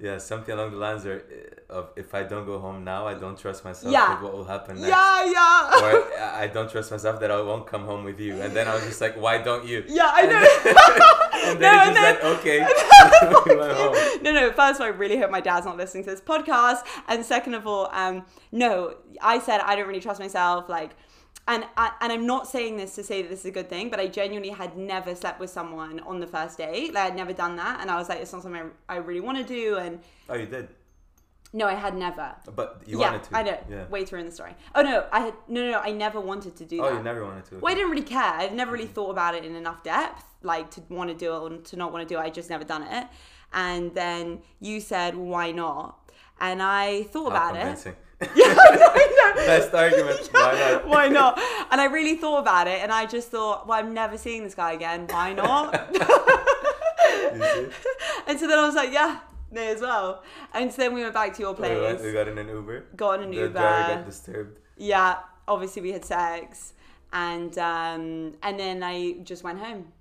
B: Yeah, something along the lines of, of if I don't go home now, I don't trust myself
A: Yeah.
B: with what will happen next.
A: Yeah, yeah.
B: Or I I don't trust myself that I won't come home with you. And then I was just like, why don't you?
A: Yeah, I know. No,
B: And then he
A: and then-
B: just said, okay. We went home.
A: no, no. First of all, I really hope my dad's not listening to this podcast. And second of all, um, no, I said I don't really trust myself. Like, and I, and I'm not saying this to say that this is a good thing, but I genuinely had never slept with someone on the first date. Like, I'd never done that, and I was like, it's not something I, I really want to do. And
B: Oh, you did.
A: No, I had never.
B: But you
A: yeah,
B: wanted to.
A: I know.
B: Yeah.
A: Way through in the story. Oh no, I had no, no, no. I never wanted to do
B: Oh,
A: that.
B: you never wanted to.
A: Well, I didn't really care. I'd never really thought about it in enough depth, like to want to do it or to not want to do it. I just never done it. And then you said, well, "Why not?" And I thought
B: How
A: about it.
B: convincing.
A: Yeah, I know.
B: Best argument. Why not?
A: Why not? And I really thought about it, and I just thought, well, I'm never seeing this guy again. Why not?
B: You see?
A: and so then I was like, yeah, may as well. And so then we went back to your
B: We, went-
A: place,
B: we got in an Uber.
A: got on an
B: the
A: Uber.
B: driver got disturbed.
A: yeah, obviously we had sex, and um, and then I just went home.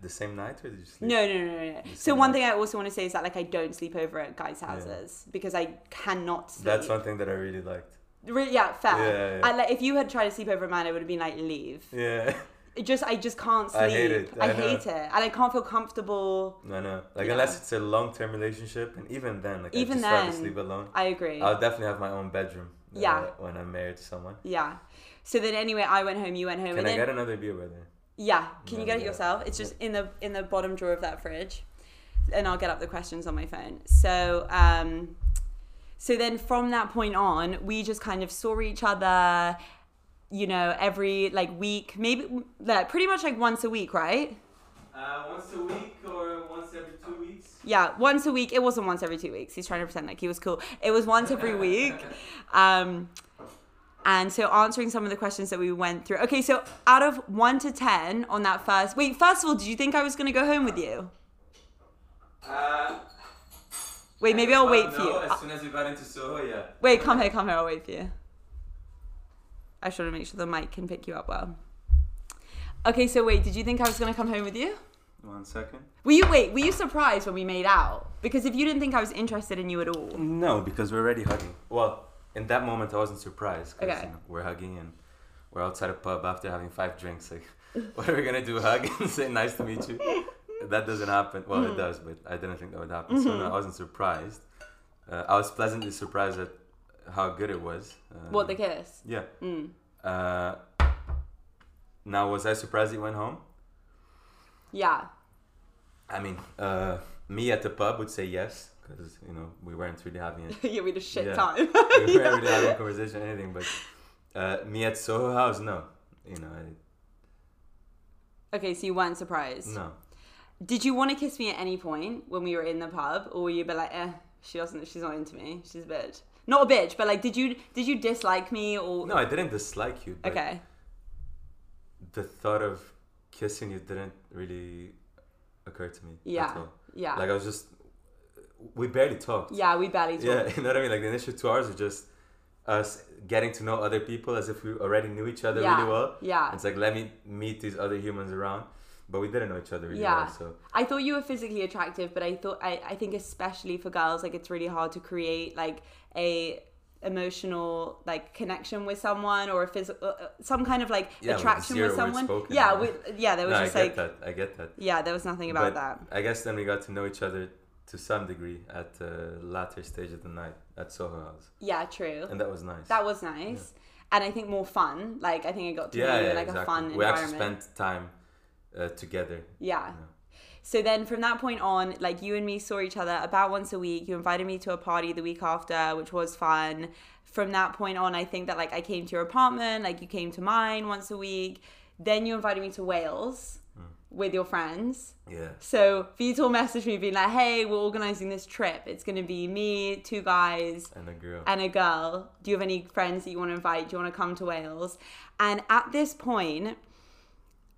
B: The same night or did you sleep?
A: No, no, no, no. no. So
B: sleep
A: one
B: over.
A: thing I also want to say is that like I don't sleep over at guys' houses because I cannot sleep.
B: That's one thing that I really liked.
A: Re- yeah, fair.
B: Yeah, yeah.
A: I, like, if you had tried to sleep over a man, it would have been like leave.
B: Yeah.
A: It just I just can't sleep.
B: I hate it.
A: I
B: I know.
A: hate it, and I can't feel comfortable.
B: No, no. Like
A: Yeah.
B: unless it's a long-term relationship, and even then, like
A: Even
B: I just
A: then.
B: rather sleep alone.
A: I agree.
B: I'll definitely have my own bedroom. uh,
A: Yeah.
B: When I'm married to someone.
A: yeah. So then anyway, I went home. You went home.
B: Can
A: and
B: I
A: then,
B: get another beer by then?
A: Yeah, can you
B: No,
A: get it
B: yeah.
A: yourself? It's just in the in the bottom drawer of that fridge, and I'll get up the questions on my phone. So, um, so then from that point on, we just kind of saw each other, you know, every like week, maybe like pretty much like once a week, right?
B: Uh, once a week or once every two weeks.
A: Yeah, once a week. It wasn't once every two weeks. He's trying to pretend like he was cool. It was once every week. Um, and so answering some of the questions that we went through. Okay, so out of one to ten on that first wait, first of all, did you think I was gonna go home with you?
B: Uh,
A: Wait, maybe I'll wait for you. Uh,
B: soon as we got into Soho, yeah.
A: Wait, come here, come here. I'll wait for you. I just want to make sure the mic can pick you up well. Okay, so wait, did you think I was gonna come home with you?
B: One second.
A: Were you wait? Were you surprised when we made out? Because if you didn't think I was interested in you at all,
B: No, because we're already hugging. Well, in that moment, I wasn't surprised. 'cause,
A: Okay.
B: you know, we're hugging and we're outside a pub after having five drinks. Like, what are we gonna do? Hug and say nice to meet you? That doesn't happen. Well,
A: Mm-hmm.
B: it does, but I didn't think that would happen. So no, I wasn't surprised. Uh, I was pleasantly surprised at how good it was. Uh,
A: what the kiss? Mm,
B: Yeah. Uh, now, was I surprised it went home?
A: Yeah.
B: I mean, uh, me at the pub would say yes because you know we weren't really having it.
A: yeah, we had a shit
B: Yeah.
A: time.
B: we weren't really having a conversation or anything. But uh, me at Soho House, no, you know, I,
A: Okay, so you weren't surprised.
B: no.
A: Did you want to kiss me at any point when we were in the pub, or were you be like, eh, she doesn't, she's not into me, she's a bitch. Not a bitch, but like, did you did you dislike me or?
B: No, I didn't dislike you. But
A: Okay.
B: The thought of kissing you didn't really occur to me.
A: Yeah.
B: At all.
A: Yeah.
B: Like I was just, we barely talked.
A: yeah, we barely talked.
B: Yeah, you know what I mean. Like the initial two hours were just us getting to know other people as if we already knew each other
A: Yeah,
B: really well.
A: yeah.
B: It's like let me meet these other humans around, but we didn't know each other really
A: Yeah.
B: well. So
A: I thought you were physically attractive, but I thought I, I think especially for girls, like it's really hard to create like a emotional like connection with someone or a physical uh, some kind of like
B: Yeah, with
A: attraction
B: zero
A: with
B: words
A: someone.
B: spoken,
A: yeah,
B: yeah.
A: we, yeah, there was
B: no, I
A: just
B: get
A: like
B: that. I get that.
A: yeah, there was nothing about
B: But
A: that.
B: I guess then we got to know each other to some degree at the latter stage of the night at Soho House,
A: Yeah, true.
B: and that was nice.
A: That was nice. And I think more fun. Like I think I got to know
B: yeah,
A: you
B: yeah,
A: in like
B: exactly.
A: a fun
B: we actually
A: environment.
B: spent time uh, together.
A: yeah. So then from that point on, like you and me saw each other about once a week. You invited me to a party the week after, which was fun. From that point on, I think that like I came to your apartment, like you came to mine once a week. Then you invited me to Wales with your friends.
B: Yeah.
A: So Vitor messaged me being like, hey, we're organizing this trip. It's gonna be me, two guys,
B: And a girl.
A: and a girl. Do you have any friends that you want to invite? Do you want to come to Wales? And at this point,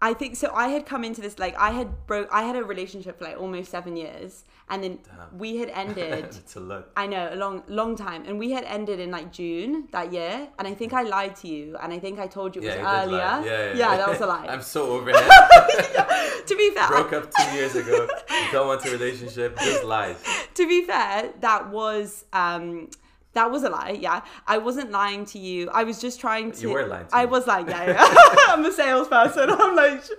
A: I think so. I had come into this like I had broke. I had a relationship for like almost seven years, and then we had ended.
B: it's a lot.
A: I know a long, long time, and we had ended in like June that year. And I think I lied to you, and I think I told you it
B: Yeah,
A: was
B: you did lie.
A: earlier.
B: Yeah, yeah,
A: that was a lie.
B: I'm so over it.
A: to be fair,
B: broke up two years ago. Don't want a relationship. Just lies.
A: to be fair, that was um that was a lie, yeah. I wasn't lying to you. I was just trying to.
B: You were lying to
A: I
B: me.
A: was lying, yeah. yeah. I'm a salesperson. I'm like sh-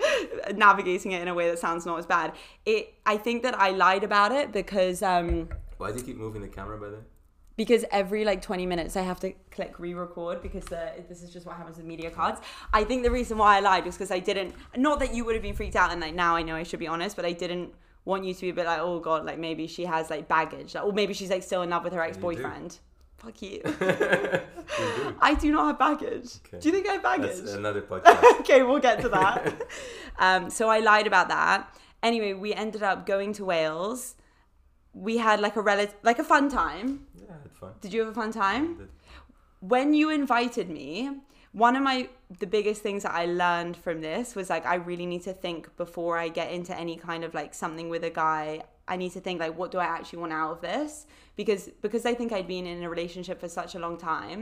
A: navigating it in a way that sounds not as bad. It. I think that I lied about it because um
B: Why do you keep moving the camera, by the way?
A: because every like 20 minutes I have to click re-record because the, this is just what happens with media cards. I think the reason why I lied was because I didn't. Not that you would have been freaked out, and like now I know I should be honest, but I didn't want you to be a bit like, oh god, like maybe she has like baggage, like, or maybe she's like still in love with her ex
B: do.
A: boyfriend. Fuck you.
B: You do.
A: I do not have baggage.
B: Okay.
A: Do you think I have baggage?
B: That's another podcast.
A: okay, we'll get to that. um, so I lied about that. Anyway, we ended up going to Wales. We had like a relative, like a fun time.
B: yeah, I had fun.
A: Did you have a fun time?
B: did.
A: When you invited me, one of my the biggest things that I learned from this was like I really need to think before I get into any kind of like something with a guy. I need to think like what do I actually want out of this? Because because I think I'd been in a relationship for such a long time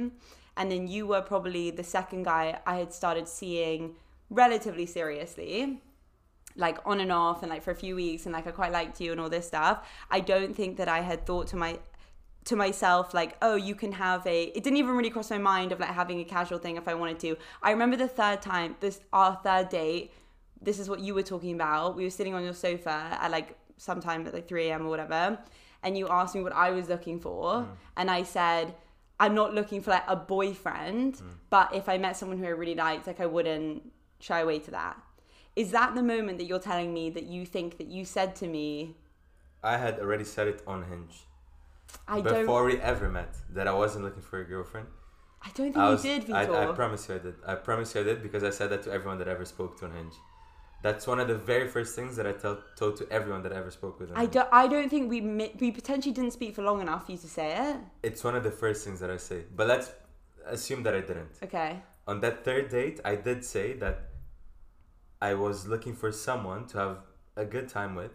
A: and then you were probably the second guy I had started seeing relatively seriously like on and off and like for a few weeks and like I quite liked you and all this stuff. I don't think that I had thought to my to myself like, oh, you can have a it didn't even really cross my mind of like having a casual thing if I wanted to. I remember the third time, this our third date, this is what you were talking about. We were sitting on your sofa at like sometime at like 3 a.m. or whatever, and you asked me what I was looking for,
B: Mm.
A: and I said I'm not looking for like a boyfriend,
B: Mm.
A: but if I met someone who I really liked, like I wouldn't shy away to that. Is that the moment that you're telling me that you think that you said to me,
B: I had already said it on Hinge
A: I don't,
B: before we ever met that I wasn't looking for a girlfriend.
A: I don't think
B: I was.
A: you did, Vitor.
B: I, I promise you I did. I promise you I did because I said that to everyone that I ever spoke to on Hinge. That's one of the very first things that I tell told to everyone that I ever spoke with. On
A: I
B: Hinge.
A: don't. I don't think we mi- we potentially didn't speak for long enough for you to say it.
B: It's one of the first things that I say. But let's assume that I didn't.
A: Okay.
B: On that third date, I did say that I was looking for someone to have a good time with,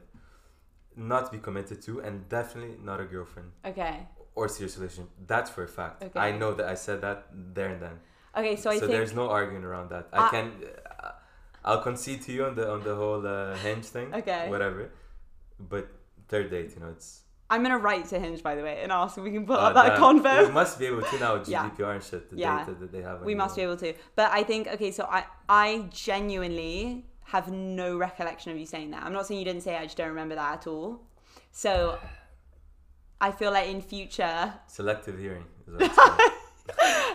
B: not be committed to, and definitely not a girlfriend
A: Okay.
B: or serious relationship. That's for a fact.
A: Okay.
B: I know that I said that there and then.
A: Okay. So I
B: so
A: think. Ah.
B: there's no arguing around that. I
A: I-
B: can, uh, I'll concede to you on the on the whole uh, hinge thing.
A: Okay.
B: Whatever, but third date, you know, it's.
A: I'm gonna write to Hinge by the way and ask if we can put
B: uh,
A: up that
B: damn, We
A: convo.
B: must be able to now with
A: Yeah.
B: GDPR and shit. The
A: Yeah.
B: data that they have. on
A: We
B: you
A: must be
B: now.
A: able to. But I think okay. So I I genuinely have no recollection of you saying that. I'm not saying you didn't say it. I just don't remember that at all. So I feel like in future
B: Selective hearing. Is what it's called.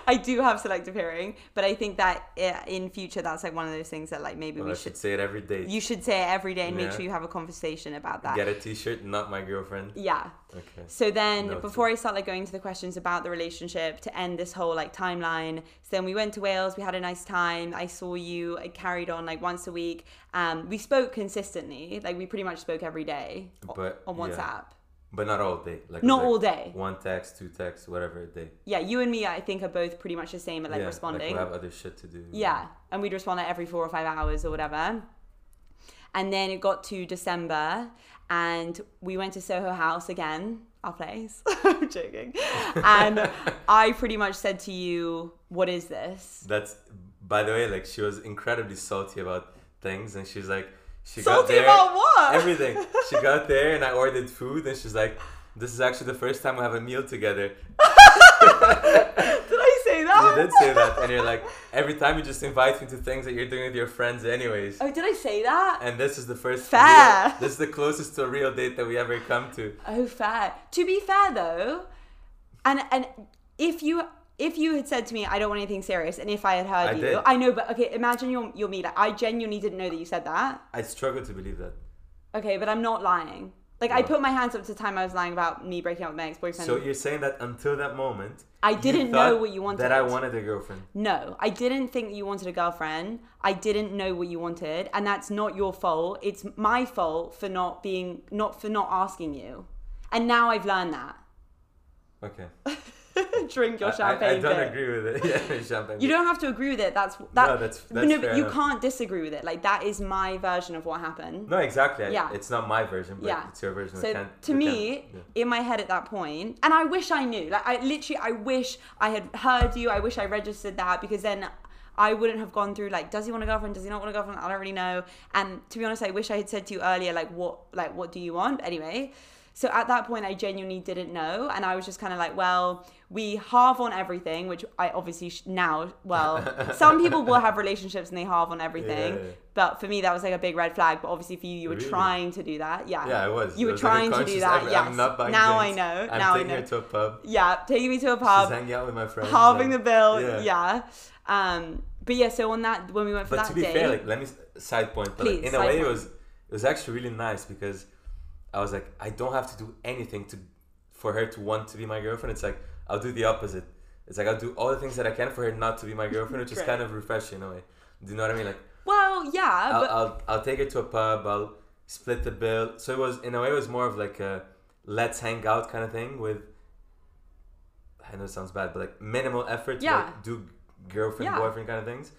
A: I do have selective hearing, but I think that i- in future that's like one of those things that like maybe
B: well, I
A: we
B: should
A: should.
B: say it every day.
A: You should say it every day and make
B: Yeah.
A: sure you have a conversation about that.
B: Get a T-shirt. Not my girlfriend.
A: Yeah.
B: Okay.
A: So then,
B: Noted.
A: before I start like going to the questions about the relationship to end this whole like timeline, so then we went to Wales. We had a nice time. I saw you. I carried on like once a week. Um, we spoke consistently. Like we pretty much spoke every day o-
B: But,
A: on
B: yeah.
A: WhatsApp.
B: But not all day. Like
A: Not
B: like
A: all day.
B: One text, two texts, whatever a day.
A: Yeah, you and me, I think, are both pretty much the same at like
B: yeah, Like
A: responding.
B: we have other shit to do.
A: Yeah, and we'd respond like every four or five hours or whatever. And then it got to December, and we went to Soho House again, our place. I'm joking. And I pretty much said to you, "What is this?"
B: That's by the way, like she was incredibly salty about things, and she's like, she got
A: Salty
B: there,
A: about what?
B: everything. she got there, and I ordered food, and she's like, this is actually the first time we have a meal together.
A: Did I say
B: You
A: that?
B: did say that, and you're like, every time you just invite me to things that you're doing with your friends, anyways.
A: Oh, did I say that?
B: And this is the first.
A: Fair.
B: real- this is the closest to a real date that we ever come to.
A: Oh, fair. To be fair though, and and if you if you had said to me, "I don't want anything serious," and if I had heard
B: I
A: you,
B: did.
A: I know, but okay, imagine you're you're me. Like, I genuinely didn't know that you said that.
B: I struggle to believe that.
A: Okay, but I'm not lying. Like I
B: No.
A: put my hands up to the time I was lying about me breaking up with my ex-boyfriend.
B: So you're saying that until that moment,
A: I
B: you
A: didn't
B: thought
A: know what you wanted.
B: That I wanted a girlfriend.
A: no, I didn't think that you wanted a girlfriend. I didn't know what you wanted, and that's not your fault. It's my fault for not being not for not asking you. And now I've learned that.
B: Okay.
A: Drink your
B: I-
A: champagne.
B: I, I don't
A: bit.
B: agree with it. Yeah, champagne.
A: You don't have to agree with it. That's that.
B: that's- that's
A: no, but
B: fair
A: you
B: enough.
A: can't disagree with it. Like that is my version of what happened.
B: No, exactly. I-
A: Yeah.
B: It's not my version, but
A: Yeah.
B: it's your version. We
A: So
B: can't-
A: to
B: we
A: me,
B: can't-
A: in my head at that point, and I wish I knew. Like I literally, I wish I had heard you. I wish I registered that because then I wouldn't have gone through like, does he want a girlfriend? Does he not want a girlfriend? I don't really know. And to be honest, I wish I had said to you earlier, like what, like what do you want? But anyway, so at that point, I genuinely didn't know, and I was just kind of like, well, we halve on everything, which I obviously sh- now, well, some people will have relationships and they halve on everything.
B: Yeah.
A: But for me, that was like a big red flag. But obviously, for you, you were
B: Really?
A: trying to do that. Yeah.
B: Yeah, I was.
A: You
B: It
A: were
B: was like a
A: trying to do
B: conscious
A: that.
B: effort.
A: yes.
B: I'm not buying
A: now I
B: drinks.
A: know.
B: I'm
A: now I
B: taking
A: know.
B: her to a pub.
A: yeah, taking me to a
B: She's
A: pub,
B: hanging out with my friends.
A: halving
B: like-
A: the bill.
B: Yeah.
A: Yeah. Um. But yeah, so on that when we went for
B: But
A: that
B: to be
A: date,
B: fair, like let me s- side point. But like,
A: Please,
B: in a
A: side
B: way, it
A: point.
B: was it was actually really nice because I was like, I don't have to do anything to for her to want to be my girlfriend. It's like I'll do the opposite. It's like I'll do all the things that I can for her not to be my girlfriend, which is
A: Right.
B: kind of refreshing in a way. Do you know what I mean? Like
A: Well, yeah,
B: I'll,
A: but
B: I'll I'll take her to a pub. I'll split the bill. So it was in a way it was more of like a let's hang out kind of thing with. I know it sounds bad, but like minimal effort. to,
A: Yeah.
B: Like do girlfriend
A: Yeah.
B: boyfriend kind of things.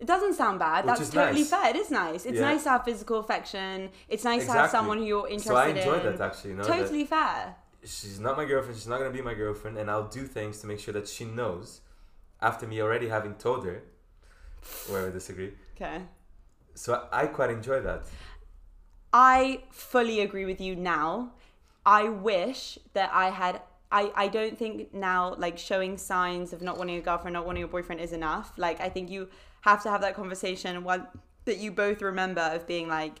A: it doesn't sound bad.
B: Which
A: That's
B: is
A: totally
B: nice.
A: fair. It is nice. It's
B: Yeah.
A: nice to have physical affection. It's nice to have
B: Exactly.
A: someone who you're interested
B: So I enjoy
A: in.
B: that actually. You know, that-
A: totally fair.
B: she's not my girlfriend. She's not gonna be my girlfriend, and I'll do things to make sure that she knows. After me already having told her, where I disagree.
A: Okay.
B: So I quite enjoy that.
A: I fully agree with you now. I wish that I had. I, I don't think now like showing signs of not wanting a girlfriend, not wanting a boyfriend is enough. Like I think you have to have that conversation one that you both remember of being like,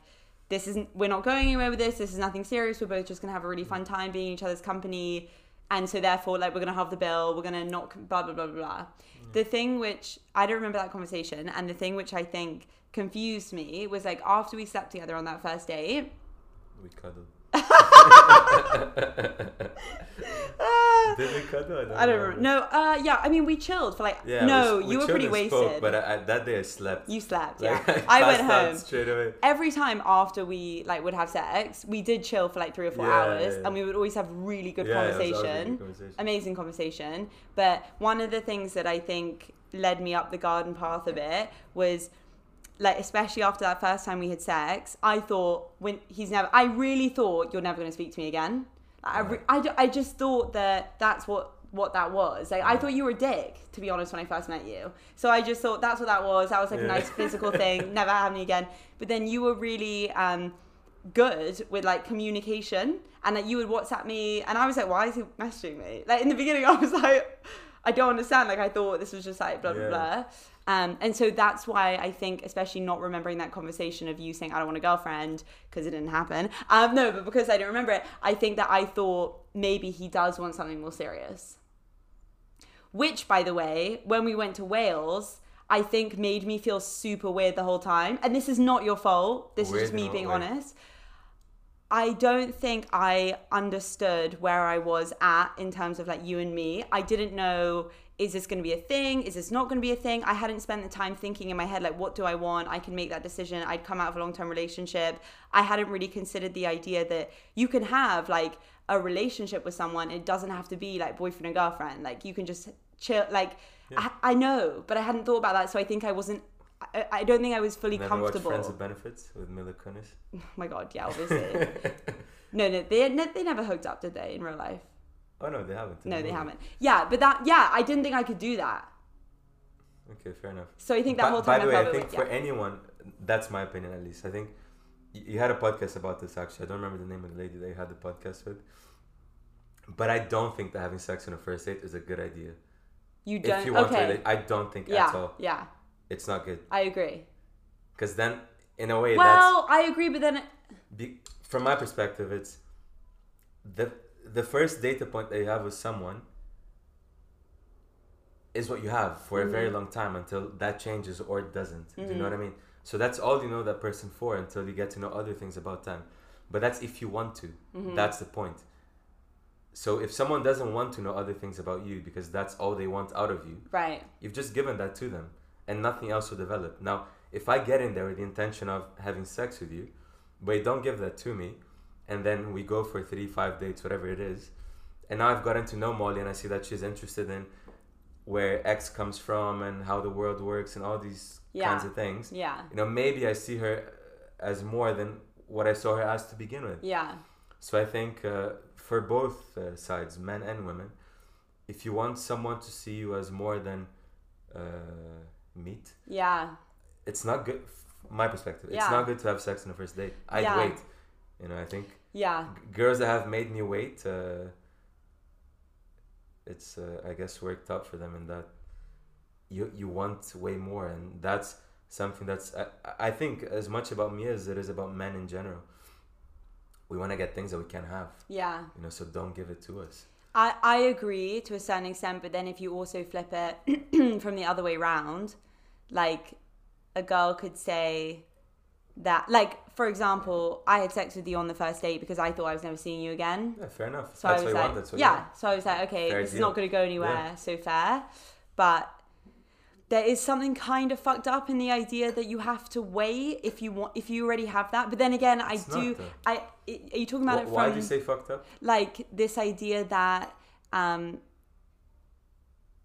A: this isn't we're not going anywhere with this, this is nothing serious, we're both just gonna have a really fun time being in each other's company and so therefore like we're gonna halve the bill, we're gonna not c- blah blah blah blah blah. The thing which I don't remember that conversation and the thing which I think confused me was like after we slept together on that first date
B: We cuddle. Did we cuddle? I don't,
A: I don't remember. No, uh, yeah. I mean, we chilled for like.
B: Yeah,
A: no,
B: we s- we
A: you were
B: chilled
A: pretty
B: and
A: wasted.
B: spoke, but uh, I, I, that day I slept.
A: you slept.
B: Like,
A: yeah, I went
B: passed out
A: home.
B: straight away.
A: Every time after we like would have sex, we did chill for like three or four
B: Yeah,
A: hours,
B: yeah,
A: and we would always have really good
B: Yeah, it was always a good
A: conversation.
B: conversation.
A: amazing conversation. But one of the things that I think led me up the garden path a bit was like especially after that first time we had sex, I thought when he's never I really thought you're never going to speak to me again. Like, I, re- I, d- I just thought that that's what what that was. Like I thought you were a dick to be honest when I first met you. So I just thought that's what that was. That was like a
B: Yeah.
A: nice physical thing, never happening again. But then you were really um good with like communication and that you would WhatsApp me and I was like, why is he messaging me? Like in the beginning I was like, I don't understand. Like I thought this was just like blah blah
B: Yeah.
A: blah. Um, and so that's why I think, especially not remembering that conversation of you saying I don't want a girlfriend because it didn't happen. Um, no, but because I don't remember it, I think that I thought maybe he does want something more serious. Which, by the way, when we went to Wales, I think made me feel super weird the whole time. And this is not your fault. This
B: Weird
A: is just
B: in
A: me
B: what
A: being
B: way?
A: honest. I don't think I understood where I was at in terms of like you and me. I didn't know is this going to be a thing? Is this not going to be a thing? I hadn't spent the time thinking in my head like what do I want? I can make that decision. I'd come out of a long-term relationship. I hadn't really considered the idea that you can have like a relationship with someone. It doesn't have to be like boyfriend and girlfriend. Like you can just chill like I, I know, but I hadn't thought about that, so I think I wasn't I, I don't think I was fully
B: Never watched
A: comfortable.
B: Friends with Benefits with Mila Kunis.
A: Oh my god, yeah, obviously. no, no, they ne- they never hooked up, did they, in real life?
B: Oh no, they haven't.
A: No,
B: didn't
A: they
B: they?
A: haven't. Yeah, but that, yeah, I didn't think I could do that.
B: Okay, fair enough.
A: So I think that
B: By-
A: whole time
B: By the way,
A: felt
B: I
A: a bit
B: think
A: weird,
B: for
A: yeah.
B: anyone, that's my opinion at least. I think you, you had a podcast about this actually. I don't remember the name of the lady that you had the podcast with. But I don't think that having sex on a first date is a good idea.
A: you don't.
B: if you want
A: okay.
B: to, relate- I don't think
A: yeah,
B: at all.
A: yeah,
B: It's not good
A: I agree.
B: because then, in a way, that's
A: well, I agree, but then it,
B: be, from my perspective, it's the the first data point that you have with someone is what you have for a very long time until that changes or doesn't. Do you know what I mean? So that's all you know that person for until you get to know other things about them. But that's if you want to. That's the point. So if someone doesn't want to know other things about you because that's all they want out of you,
A: right,
B: You've just given that to them, and nothing else will develop. Now, if I get in there with the intention of having sex with you, but you don't give that to me, and then we go for three, five dates, whatever it is, and now I've gotten to know Molly, and I see that she's interested in where X comes from and how the world works and all these
A: Yeah.
B: kinds of things.
A: yeah,
B: You know, maybe I see her as more than what I saw her as to begin with.
A: yeah,
B: So I think uh, for both uh, sides, men and women, if you want someone to see you as more than uh, meat,
A: yeah.
B: it's not good. f- My perspective, it's
A: Yeah.
B: not good to have sex on the first date. I'd
A: Yeah.
B: wait. You know, I think
A: Yeah,
B: g- girls that have made me wait, uh, it's uh, I guess worked out for them in that you you want way more, and that's something that's I, I think as much about me as it is about men in general. We want to get things that we can't have
A: yeah.
B: you know so don't give it to us
A: I, I agree to a certain extent, but then if you also flip it from the other way round, like a girl could say, that like for example i had sex with you on the first date because i thought i was never seeing you again
B: Yeah, fair enough.
A: so
B: that's
A: i was
B: what you
A: like
B: want. That's what you
A: yeah
B: want.
A: so i was like okay
B: Fair
A: this is
B: deal.
A: not going to go anywhere
B: Yeah.
A: so fair but there is something kind of fucked up in the idea that you have to wait if you want if you already have that but then again i
B: It's not,
A: do
B: though.
A: i are you talking about
B: Wh-
A: it from
B: Why do you say fucked up?
A: like this idea that um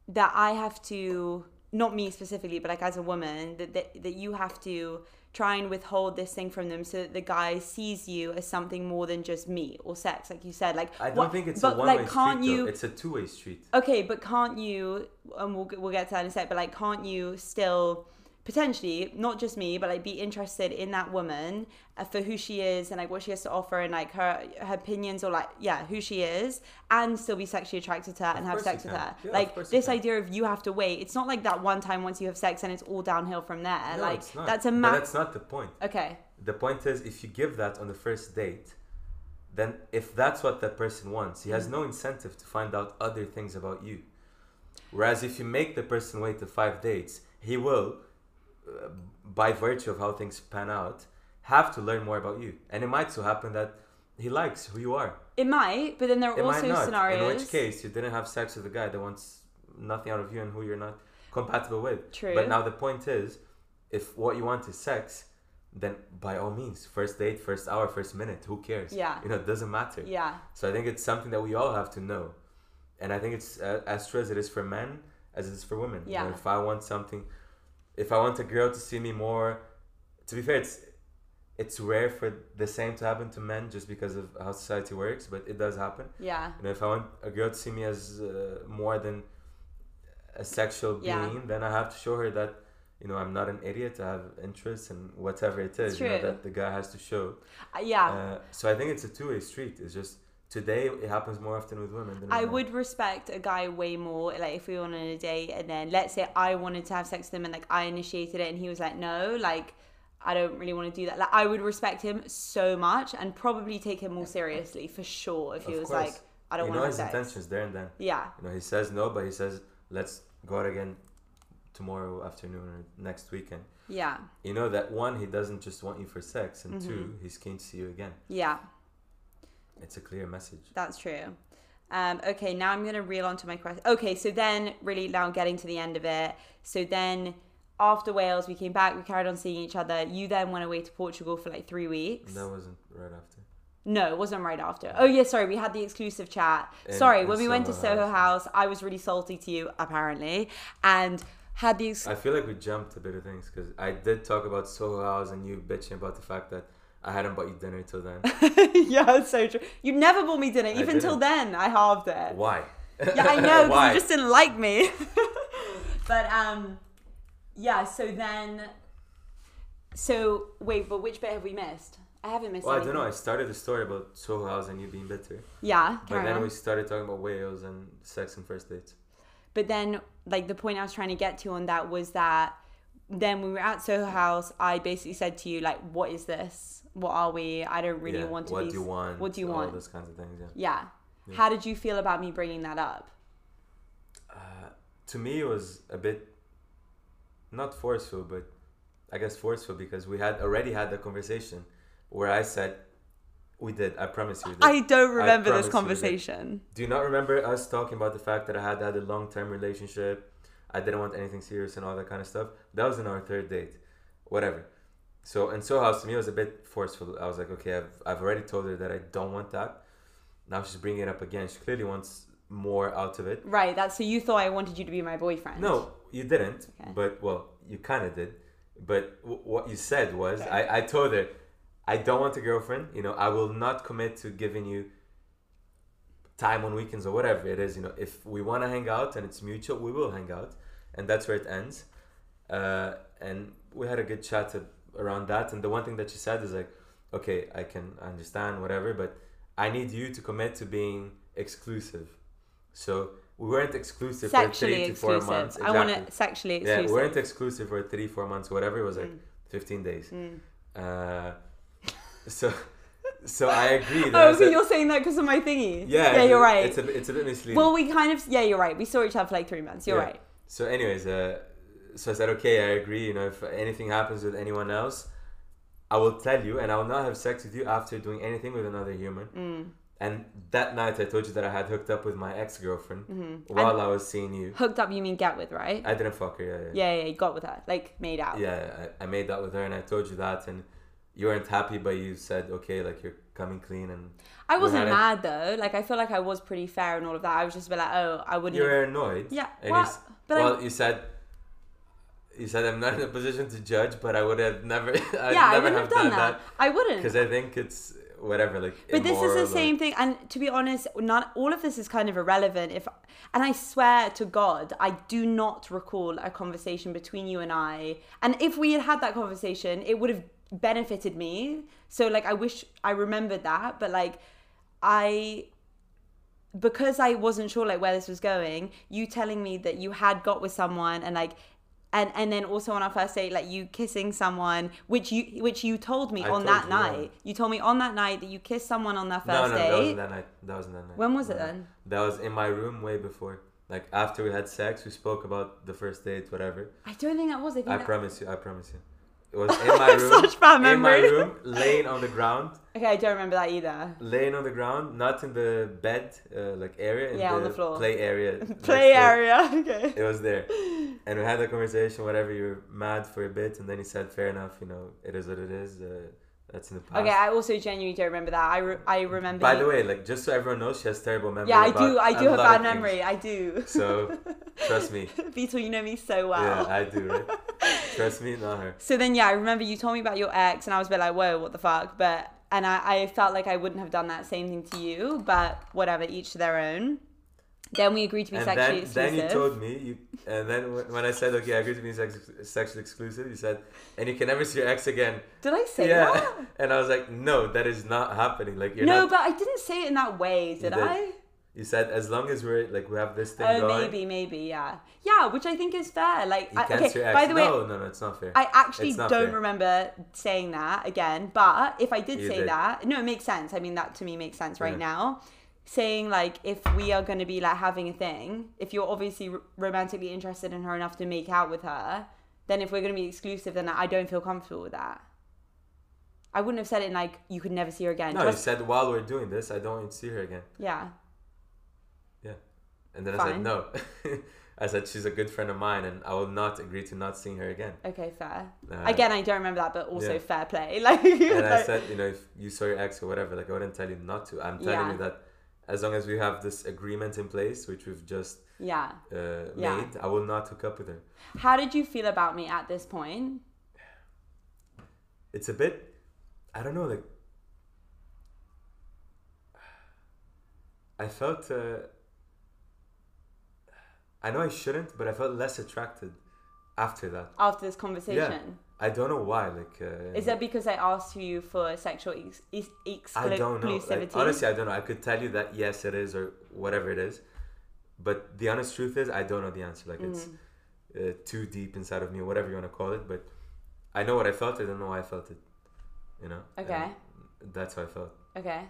A: that I have to not me specifically, but like as a woman, that that, that you have to try and withhold this thing from them so that the guy sees you as something more than just me or sex, like you said. Like
B: I don't
A: what-
B: think it's a
A: but
B: one-way
A: like can't
B: street.
A: you
B: though. It's a two-way street.
A: Okay, but can't you? And we'll we'll get to that in a sec. But like, can't you still potentially not just me, but like be interested in that woman uh, for who she is and like what she has to offer and like her her opinions or like yeah who she is and still be sexually attracted to her and have
B: course you
A: sex with
B: can.
A: her.
B: Yeah, of
A: like
B: course you
A: this
B: can.
A: idea of you have to wait. It's not like that one time once you have sex and it's all downhill from there.
B: No,
A: like
B: it's not.
A: that's a
B: But
A: ma-
B: That's not the point.
A: okay.
B: The point is, if you give that on the first date, then if that's what that person wants, he has
A: Mm.
B: no incentive to find out other things about you. Whereas if you make the person wait the five dates, he will, uh, by virtue of how things pan out, have to learn more about you. And it might so happen that he likes who you are.
A: It might, but then there are
B: It
A: also
B: might not.
A: scenarios.
B: In which case, you didn't have sex with a guy that wants nothing out of you and who you're not compatible with.
A: True.
B: But now the point is, if what you want is sex, then by all means, first date, first hour, first minute, who cares?
A: Yeah.
B: You know, it doesn't matter.
A: yeah.
B: So I think it's something that we all have to know, and I think it's uh, as true as it is for men as it is for women. You know,
A: Yeah.
B: if I want something, if I want a girl to see me more, to be fair, it's it's rare for the same to happen to men just because of how society works, but it does happen.
A: Yeah.
B: You know, if I want a girl to see me as uh, more than a sexual
A: Yeah.
B: being, then I have to show her that. You know, I'm not an idiot. I have interests and whatever it
A: It's
B: is you know,
A: true.
B: that the guy has to show.
A: Uh, Yeah.
B: Uh, so I think it's a two-way street. It's just today it happens more often with women than with
A: I
B: men.
A: would respect a guy way more, like if we went on a date and then let's say I wanted to have sex with him and like I initiated it and he was like, no, like I don't really want to do that. Like I would respect him so much and probably take him more seriously for sure if he
B: Of
A: was
B: course.
A: like, I don't
B: you
A: want
B: know
A: to have
B: his
A: sex.
B: intentions there and then.
A: Yeah,
B: You know he says no, but he says let's go out again tomorrow afternoon or next weekend.
A: yeah,
B: You know that one he doesn't just want you for sex,
A: Mm-hmm.
B: and two he's keen to see you again.
A: yeah,
B: It's a clear message.
A: that's true. Um, okay, now I'm gonna reel onto my question. Okay, so then really now getting to the end of it. So then after Wales, we came back, we carried on seeing each other. You then went away to Portugal for like three weeks.
B: That wasn't right after.
A: No, it wasn't right after. Oh yeah, sorry, we had the exclusive chat.
B: In-
A: sorry,
B: in
A: when we went to
B: Soho
A: Soho House, I was really salty to you apparently, and had the ex-
B: I feel like we jumped a bit of things because I did talk about Soho House and you bitching about the fact that I hadn't bought you dinner till then.
A: yeah, it's so true. You never bought me dinner, even till
B: didn't.
A: then. I halved it.
B: Why?
A: Yeah, I know because
B: Why?
A: you just didn't like me. but um, yeah. So then, so wait, but which bit have we missed? I haven't missed.
B: Well, I
A: anything.
B: don't know. I started the story about Soho House and you being bitter.
A: Yeah,
B: But
A: carry
B: then
A: on.
B: we started talking about whales and sex and first dates.
A: But then, like, the point I was trying to get to on that was that then when we were at Soho House, I basically said to you, like, what is this? What are we? I don't really
B: Yeah,
A: want to
B: what
A: be.
B: do you want?
A: What do you
B: all
A: want?
B: Those kinds of things. Yeah.
A: Yeah. How did you feel about me bringing that up?
B: To me, it was a bit not forceful, but I guess forceful because we had already had the conversation where I said, "We did. I promise you." we did."
A: I don't remember
B: promise
A: this
B: you that-
A: conversation.
B: Do you not remember us talking about the fact that I had had a long term relationship? I didn't want anything serious and all that kind of stuff. That was in our third date. Whatever. So, and so house to me was a bit forceful. I was like, okay, I've, I've already told her that I don't want that. Now she's bringing it up again. She clearly wants more out of it.
A: Right. That's so you thought I wanted you to be my boyfriend.
B: No, you didn't.
A: Okay.
B: But, well, you kind of did. But w- what you said was, I, I told her, I don't want a girlfriend. You know, I will not commit to giving you time on weekends or whatever it is. You know, if we want to hang out and it's mutual, we will hang out, and that's where it ends. Uh, and we had a good chat a- around that. And the one thing that she said is like, okay, I can understand whatever, but I need you to commit to being exclusive. So we weren't exclusive for
A: Sexually
B: three to
A: exclusive.
B: four months.
A: I want it sexually
B: Yeah,
A: exclusive. Mm.
B: we weren't exclusive for three, four months, whatever. It was like 15 days. Uh, so, so I agreed. I
A: Oh,
B: was
A: so
B: like-
A: you're saying that because of my thingy?
B: yeah,
A: Yeah,
B: it's
A: you're
B: a-
A: right.
B: It's a, bit- it's a bit misleading.
A: well, we kind of. Yeah, you're right. We saw each other for like three months. You're
B: Yeah.
A: right.
B: So, anyways, uh, so I said, okay, I agree. You know, if anything happens with anyone else, I will tell you, and I will not have sex with you after doing anything with another human.
A: Mm.
B: And that night, I told you that I had hooked up with my ex girlfriend
A: Mm-hmm.
B: while I was seeing you.
A: Hooked up, you mean get with, right?
B: I didn't fuck her. Yeah, yeah.
A: yeah, yeah, you got with her, like made out.
B: yeah I, I made that with her and i told you that and you weren't happy but you said okay like you're coming clean and
A: I
B: we
A: wasn't
B: had it.
A: mad though. Like I feel like I was pretty fair and all of that. I was just a bit like, oh, I wouldn't.
B: you were annoyed
A: Yeah,
B: and
A: well,
B: you, s-
A: but
B: well
A: I-
B: you said you said i'm not in a position to judge but i would have never I'd
A: yeah, I
B: never
A: wouldn't have done that. I wouldn't.
B: because i think it's whatever like
A: But this is
B: immoral,
A: the same thing, and to be honest, not all of this is kind of irrelevant. If, and I swear to God, I do not recall a conversation between you and I. And if we had had that conversation, it would have benefited me. So like, I wish I remembered that. But like, I, because I wasn't sure like where this was going. You telling me that you had got with someone and like. And, and then also on our first date, like you kissing someone, which you which you told me
B: I
A: on
B: told
A: that
B: you, yeah.
A: night, you told me on that night that you kissed someone on their
B: like- no
A: first
B: no that
A: date.
B: wasn't that night that wasn't that night
A: When was it
B: No.
A: then?
B: that was in my room way before like after we had sex we spoke about the first date whatever
A: I don't think that was. I think
B: I
A: that-
B: promise you. I promise you. It was in my room.
A: Such bad
B: In my
A: memory.
B: room, laying on the ground,
A: okay, I don't remember that either.
B: laying on the ground, not in the bed uh, like area, in
A: Yeah, on the floor.
B: play area. next
A: Play
B: door.
A: area. Okay.
B: It was there, and we had a conversation. Whatever, you were mad for a bit, and then he said, "Fair enough. You know, it is what it is. Uh, that's in the past."
A: Okay, I also genuinely don't remember that. I, re- I remember.
B: By
A: you-
B: the way, like just so everyone knows, she has terrible memory.
A: yeah, I
B: about
A: do. I do
B: a
A: have
B: lot
A: bad
B: of things.
A: memory. I do.
B: So trust me.
A: Beetle, you know me so
B: Yeah,
A: well.
B: I do. Right? trust me, not her.
A: So then, yeah, I remember you told me about your ex, and I was a bit like, whoa, what the fuck? But and I, I felt like I wouldn't have done that same thing to you, but whatever, each to their own. Then we agreed to be
B: and
A: sexually
B: then,
A: exclusive.
B: then you told me you and then when- when i said okay i agree to being sex, sexually exclusive you said and you can never see your ex again
A: Did I say
B: yeah
A: that?
B: and i was like no that is not happening like you're
A: no,
B: not
A: but I didn't say it in that way, did,
B: did.
A: I?
B: you said as long as we're like we have this thing
A: Oh,
B: going
A: maybe, maybe, yeah, yeah, which I think is fair. Like,
B: you
A: I,
B: can't see your
A: okay,
B: ex
A: by the way,
B: no no no it's not fair
A: I actually
B: It's not
A: don't
B: fair.
A: remember saying that again, but if I did
B: You
A: say
B: did.
A: that, no, it makes sense. I mean, that to me makes sense right
B: Yeah.
A: now. Saying like, if we are going to be like having a thing, if you're obviously r- romantically interested in her enough to make out with her, then if we're going to be exclusive, then I don't feel comfortable with that. I wouldn't have said it in like you could never see her again.
B: no you
A: Just-
B: said while we're doing this i don't want you to see her again
A: yeah,
B: yeah and then i said
A: Fine.
B: no i said she's a good friend of mine and i will not agree to not seeing her again
A: okay, fair.
B: Uh,
A: again, I don't remember that, but also
B: yeah.
A: fair play. Like,
B: and I
A: like-
B: said, you know, if you saw your ex or whatever, like I wouldn't tell you not to. I'm telling
A: Yeah.
B: you that as long as we have this agreement in place, which we've just
A: yeah.
B: uh,
A: Yeah.
B: made, I will not hook up with her.
A: How did you feel about me at this point?
B: It's a bit, I don't know, like I felt, uh, I know I shouldn't, but I felt less attracted after that.
A: after this conversation?
B: I don't know why. Like, uh,
A: Is that because I asked you for sexual ex- ex-
B: I don't know.
A: exclusivity?
B: Like, honestly, I don't know. I could tell you that yes, it is, or whatever it is, but the honest truth is, I don't know the answer. Like
A: Mm.
B: it's uh, too deep inside of me, whatever you want to call it. But I know what I felt. I don't know why I felt it. You know.
A: Okay.
B: And that's how I felt.
A: okay.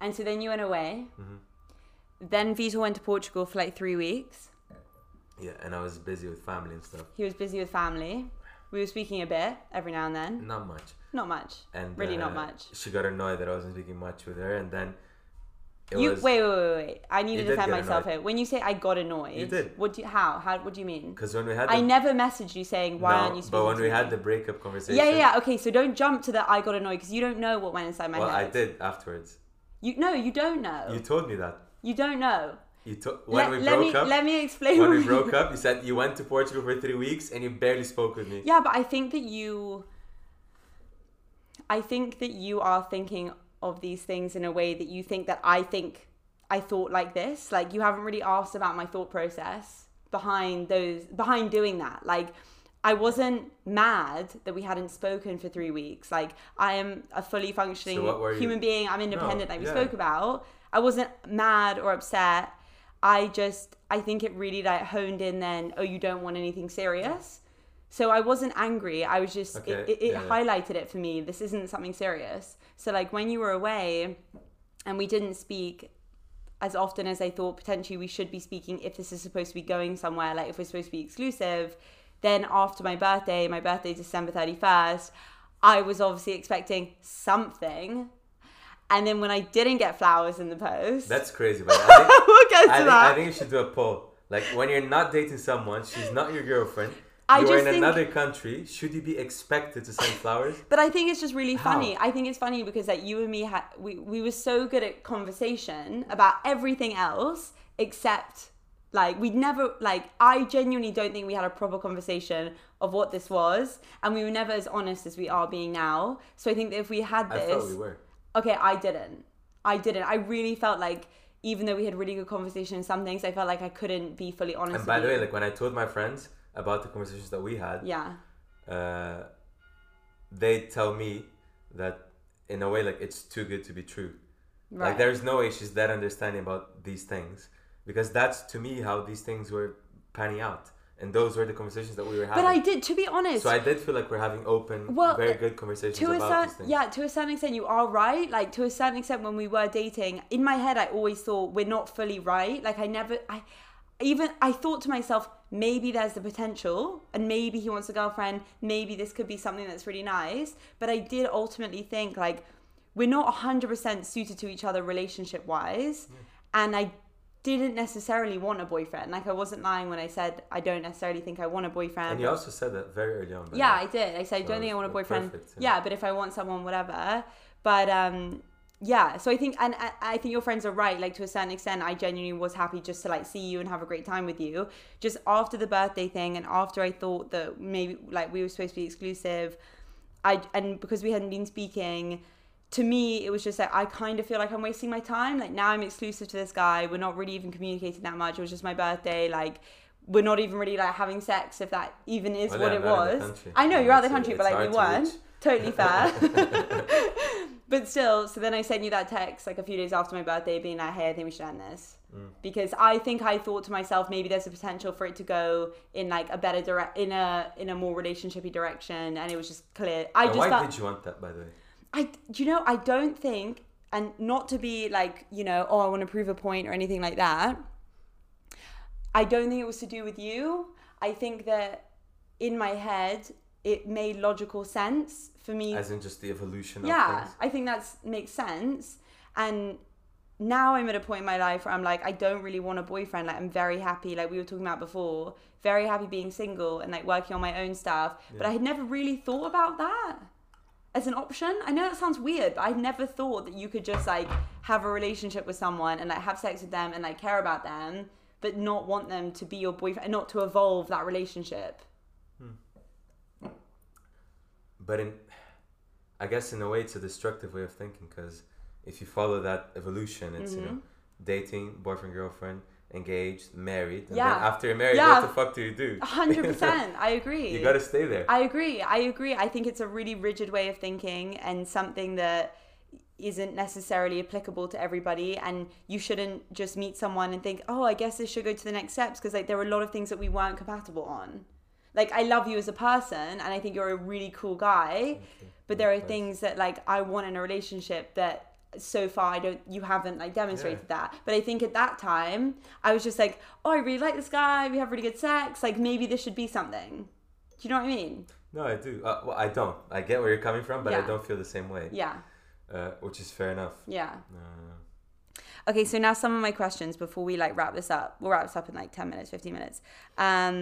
A: And so then you went away.
B: Mm-hmm.
A: Then Vito went to Portugal for like three weeks.
B: Yeah, and I was busy with family and stuff.
A: He was busy with family. We were speaking a bit every now and then.
B: Not much.
A: Not much.
B: Mm. And
A: really not
B: uh,
A: much.
B: She got annoyed that I wasn't speaking much with her, and then it
A: You
B: was
A: wait, wait, wait, wait. I need to
B: did
A: defend
B: get
A: myself
B: annoyed.
A: here. When you say I got annoyed,
B: You did.
A: What do you, how? How? What do you mean?
B: because when we had the,
A: I never messaged you saying why
B: No,
A: aren't you speaking?
B: but when
A: to
B: we
A: me?
B: had the breakup conversation,
A: yeah, yeah, yeah. Okay, so don't jump to the I got annoyed because you don't know what went inside my
B: Well,
A: head.
B: I did afterwards.
A: You no, you don't know.
B: You told me that.
A: You don't know.
B: You to-
A: let,
B: when we
A: let
B: broke
A: me
B: up.
A: let me explain.
B: when we
A: what-
B: broke up, you said you went to Portugal for three weeks and you barely spoke with me.
A: Yeah, but I think that you. I think that you are thinking of these things in a way that you think that I think I thought like this. Like you haven't really asked about my thought process behind those behind doing that. Like I wasn't mad that we hadn't spoken for three weeks. Like I am a fully functioning
B: what were you-
A: human being. I'm independent. like we
B: yeah.
A: spoke about. I wasn't mad or upset. I just I think it really like honed in then. Oh, you don't want anything serious. So I wasn't angry. I was just it,
B: Okay,
A: it, it
B: yeah, yeah.
A: highlighted it for me. This isn't something serious. So like when you were away, and we didn't speak as often as I thought potentially we should be speaking if this is supposed to be going somewhere, like if we're supposed to be exclusive. Then after my birthday, my birthday December 31st, I was obviously expecting something. And then when I didn't get flowers in the post,
B: That's crazy, but I think,
A: we'll get to
B: I, think,
A: that.
B: I think you should do a poll. Like when you're not dating someone, she's not your girlfriend.
A: I
B: you are
A: just
B: in
A: think-
B: another country. Should you be expected to send flowers?
A: But I think it's just really
B: How?
A: funny. I think it's funny because like you and me had we, we were so good at conversation about everything else except like we'd never like I genuinely don't think we had a proper conversation of what this was and we were never as honest as we are being now. So I think that if we had
B: I
A: this
B: thought we were.
A: okay, I didn't. I didn't. I really felt like even though we had really good conversation in some things, I felt like I couldn't be fully honest.
B: And by
A: with
B: the way,
A: you.
B: like when I told my friends about the conversations that we had,
A: yeah,
B: uh, they tell me that in a way, like it's too good to be true.
A: right.
B: Like there's no way she's that understanding about these things because that's to me how these things were panning out, and those were the conversations that we were having.
A: but I did. To be honest,
B: So I did feel like we're having open,
A: Well,
B: very good conversations
A: to a
B: about these
A: certain
B: things.
A: yeah to a certain extent you are right like to a certain extent when we were dating in my head i always thought we're not fully right like i never i even i thought to myself maybe there's the potential and maybe he wants a girlfriend maybe this could be something that's really nice but i did ultimately think like we're not 100% suited to each other relationship wise
B: Hmm.
A: and i didn't necessarily want a boyfriend like i wasn't lying when i said i don't necessarily think i want a boyfriend
B: And you also said that very early on. by the
A: yeah,
B: way.
A: I did. I said, I
B: So
A: don't think I want a
B: it's
A: boyfriend.
B: perfect,
A: yeah.
B: yeah.
A: but if I want someone, whatever. But um, yeah, so I think, and I, I think your friends are right. Like to a certain extent, I genuinely was happy just to like see you and have a great time with you. Just after the birthday thing, and after I thought that maybe like we were supposed to be exclusive, I and because we hadn't been speaking. To me, it was just like I kind of feel like I'm wasting my time. Like now I'm exclusive to this guy. We're not really even communicating that much. It was just my birthday. Like we're not even really like having sex if that even is
B: Well,
A: what
B: yeah,
A: it
B: I'm not in the
A: was.
B: country.
A: I know
B: Yeah,
A: you're out of the
B: it's-
A: country, but like
B: it's
A: we
B: hard to
A: weren't. Totally fair. but still, so then I sent you that text like a few days after my birthday, being like, "Hey, I think we should end this,"
B: Mm.
A: because I think I thought to myself maybe there's a potential for it to go in like a better direct, in a in a more relationshipy direction, and it was just clear. I
B: And
A: just
B: why
A: felt-
B: did you want that, by the way?
A: I do you know I don't think and not to be like you know oh I want to prove a point or anything like that. I don't think it was to do with you. I think that in my head it made logical sense for me.
B: As in just the evolution
A: yeah,
B: of things.
A: I think that's makes sense. And now I'm at a point in my life where I'm like I don't really want a boyfriend. Like I'm very happy. Like we were talking about before, very happy being single and like working on my own stuff. But I had never really thought about that as an option. I know that sounds weird, but I never thought that you could just like have a relationship with someone and like have sex with them and like care about them, but not want them to be your boyfriend, not to evolve that relationship.
B: But in, I guess in a way, it's a destructive way of thinking because if you follow that evolution, it's
A: Mm-hmm.
B: you know dating, boyfriend, girlfriend, engaged, married, and then
A: Yeah.
B: after you're married,
A: Yeah.
B: what the fuck do you do?
A: A hundred percent, I agree.
B: you gotta stay there.
A: I agree. I agree. I think it's a really rigid way of thinking and something that isn't necessarily applicable to everybody and you shouldn't just meet someone and think oh i guess this should go to the next steps because like there were a lot of things that we weren't compatible on like i love you as a person and i think you're a really cool guy but there are
B: Likewise.
A: things that like i want in a relationship that so far i don't you haven't like demonstrated that but i think at that time i was just like oh i really like this guy we have really good sex like maybe this should be something do you know what i mean
B: no, I do. Uh, well, I don't. I get where you're coming from, but I
A: Yeah.
B: don't feel the same way,
A: yeah
B: uh, which is fair enough.
A: yeah
B: Uh,
A: Okay, so now some of my questions before we like wrap this up. We'll wrap this up in like 10 minutes, 15 minutes. Um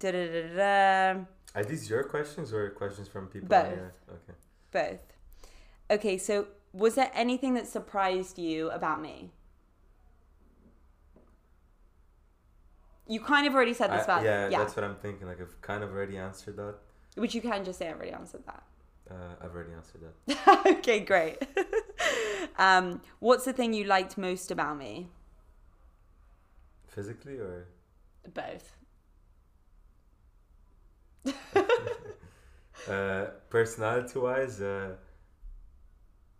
A: da da da da da,
B: are these your questions or questions from people?
A: Both.
B: here? Okay.
A: both. Okay, so was there anything that surprised you about me? You kind of already said this
B: I-
A: about
B: yeah, that's what I'm thinking. Like I've kind of already answered that.
A: Which you can just say I already answered that.
B: Uh, I've already answered that.
A: okay, great. um, what's the thing you liked most about me?
B: Physically or
A: Both.
B: uh, personality-wise, uh,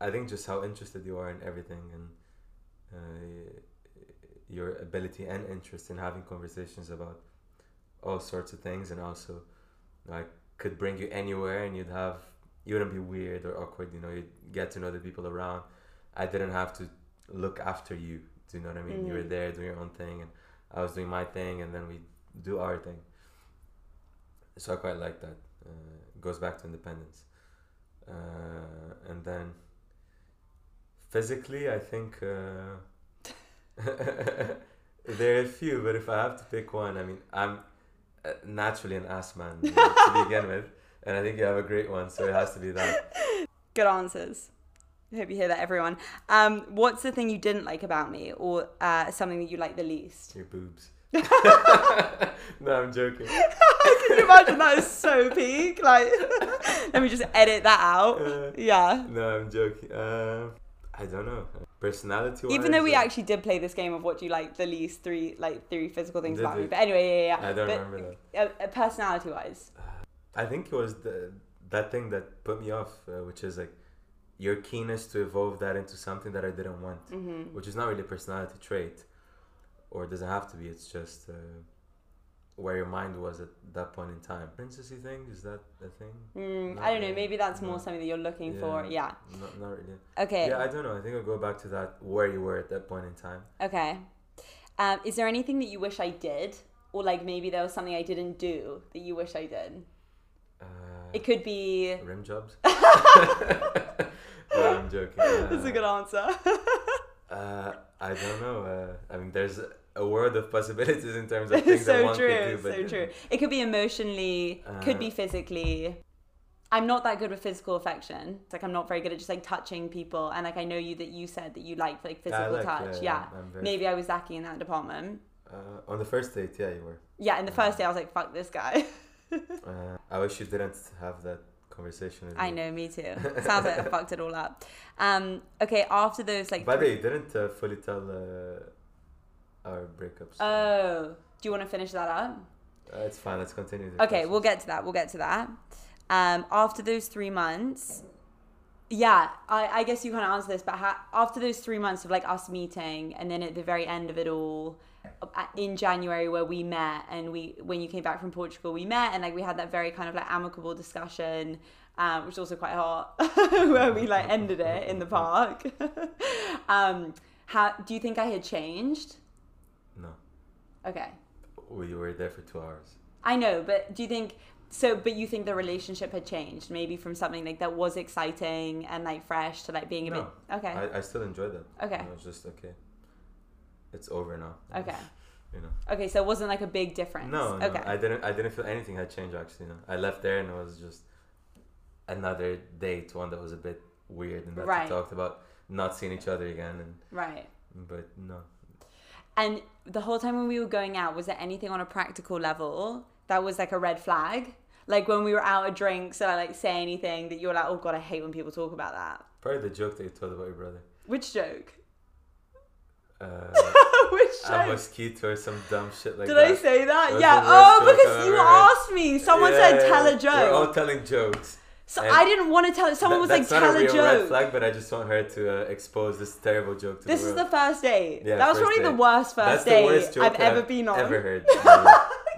B: I think just how interested you are in everything and uh, your ability and interest in having conversations about all sorts of things, and also like could bring you anywhere, and you'd have you wouldn't be weird or awkward. You know, you'd get to know the people around. I didn't have to look after you. Do you know what I mean? You were there doing your own thing, and I was doing my thing, and then we do our thing. So I quite like that. Uh, it goes back to independence. Uh, and then physically, I think uh, there are a few, but if I have to pick one, I mean, I'm uh, naturally an ass man you know, to begin with. And I think you have a great one, so it has to be that.
A: Good answers. I hope you hear that, everyone. Um, what's the thing you didn't like about me, or uh, something that you like the least?
B: Your boobs. no, I'm joking.
A: Can you imagine that is so peak? Like, let me just edit that out.
B: Uh,
A: yeah.
B: No, I'm joking. Uh, I don't know. Personality wise.
A: Even though we actually did play this game of what do you like the least three like three physical things
B: Did
A: about
B: we?
A: me, but anyway, yeah, yeah. yeah.
B: I don't
A: but,
B: remember that.
A: Uh, uh, personality wise,
B: I think it was the, that thing that put me off, uh, which is like your keenness to evolve that into something that I didn't want,
A: Mm-hmm.
B: which is not really a personality trait, or it doesn't have to be. It's just uh, where your mind was at that point in time. Princessy thing is that a thing?
A: mm,
B: Not
A: I don't know.
B: really.
A: Maybe that's more
B: No.
A: something that you're looking for. Yeah.
B: Not, not really.
A: Okay.
B: Yeah, I don't know. I think I'll go back to that where you were at that point in time.
A: Okay. Um, is there anything that you wish I did, or like maybe there was something I didn't do that you wish I did?
B: Uh,
A: It could be.
B: rim jobs. no, I'm joking.
A: That's a
B: Uh,
A: good answer.
B: Uh, I don't know. Uh, I mean, there's a world of possibilities in terms of things that
A: so
B: one could
A: true.
B: do, but Uh.
A: So true. It could be emotionally. could be physically. I'm not that good with physical affection. It's like I'm not very good at just like touching people. And like I know you that you said that you like like
B: I
A: physical
B: like,
A: touch.
B: yeah,
A: Yeah.
B: I'm- I'm very-
A: Maybe I was lacking in that department.
B: Uh, on the first date, yeah, you were.
A: Yeah. And the first day I was like, fuck this guy.
B: Uh, I wish you didn't have that conversation with
A: I
B: me.
A: know, me too. Sounds like I fucked it all up. Um. Okay. After those like.
B: By the
A: three-
B: way, you didn't uh, fully tell uh, our breakups.
A: Oh, do you want to finish that up?
B: uh, it's fine. Let's continue. the
A: Okay, we'll
B: questions.
A: get to that. We'll get to that. Um, after those three months, yeah, I, I guess you kind of answer this, but ha- after those three months of like us meeting, and then at the very end of it all, uh, in January where we met, and we when you came back from Portugal, we met, and like we had that very kind of like amicable discussion, um, which was also quite hot, where we like ended it in the park. um, how do you think I had changed?
B: No,
A: Okay.
B: we were there for two hours.
A: I know, but do you think so? But you think the relationship had changed, maybe from something like that was exciting and like fresh to like being a
B: no,
A: bit okay,
B: I, I still enjoyed that.
A: Okay.
B: It was just okay. It's over now.
A: okay,
B: You know.
A: okay. So it wasn't like a big difference.
B: No, no,
A: okay,
B: I didn't. I didn't feel anything had changed. Actually, no. I left there and it was just another date, one that was a bit weird and that
A: Right.
B: we talked about not seeing each other again. And
A: right.
B: but no,
A: And the whole time when we were going out, was there anything on a practical level that was like a red flag? Like when we were out at drinks, and I like say anything that you're like, oh god, I hate when people talk about that.
B: probably the joke that you told about your brother,
A: Which joke?
B: uh,
A: Which
B: a
A: joke?
B: mosquito or some dumb shit like
A: Did
B: that.
A: I say that?
B: That was
A: yeah.
B: the worst
A: Oh,
B: joke
A: because
B: I've
A: you
B: ever heard.
A: asked me. Someone
B: Yeah,
A: said tell a
B: yeah, yeah.
A: joke.
B: We're all telling jokes.
A: So
B: And
A: I didn't want to tell. Someone
B: That-
A: was like,
B: that's not
A: "Tell
B: a
A: a,
B: real red
A: joke."
B: flag, but I just want her to uh, expose this terrible joke to
A: This
B: the
A: is
B: world.
A: the first date.
B: Yeah,
A: that was
B: first
A: probably the
B: date.
A: worst
B: That's
A: first
B: the
A: date
B: worst joke
A: I've
B: that
A: ever been on.
B: Ever heard?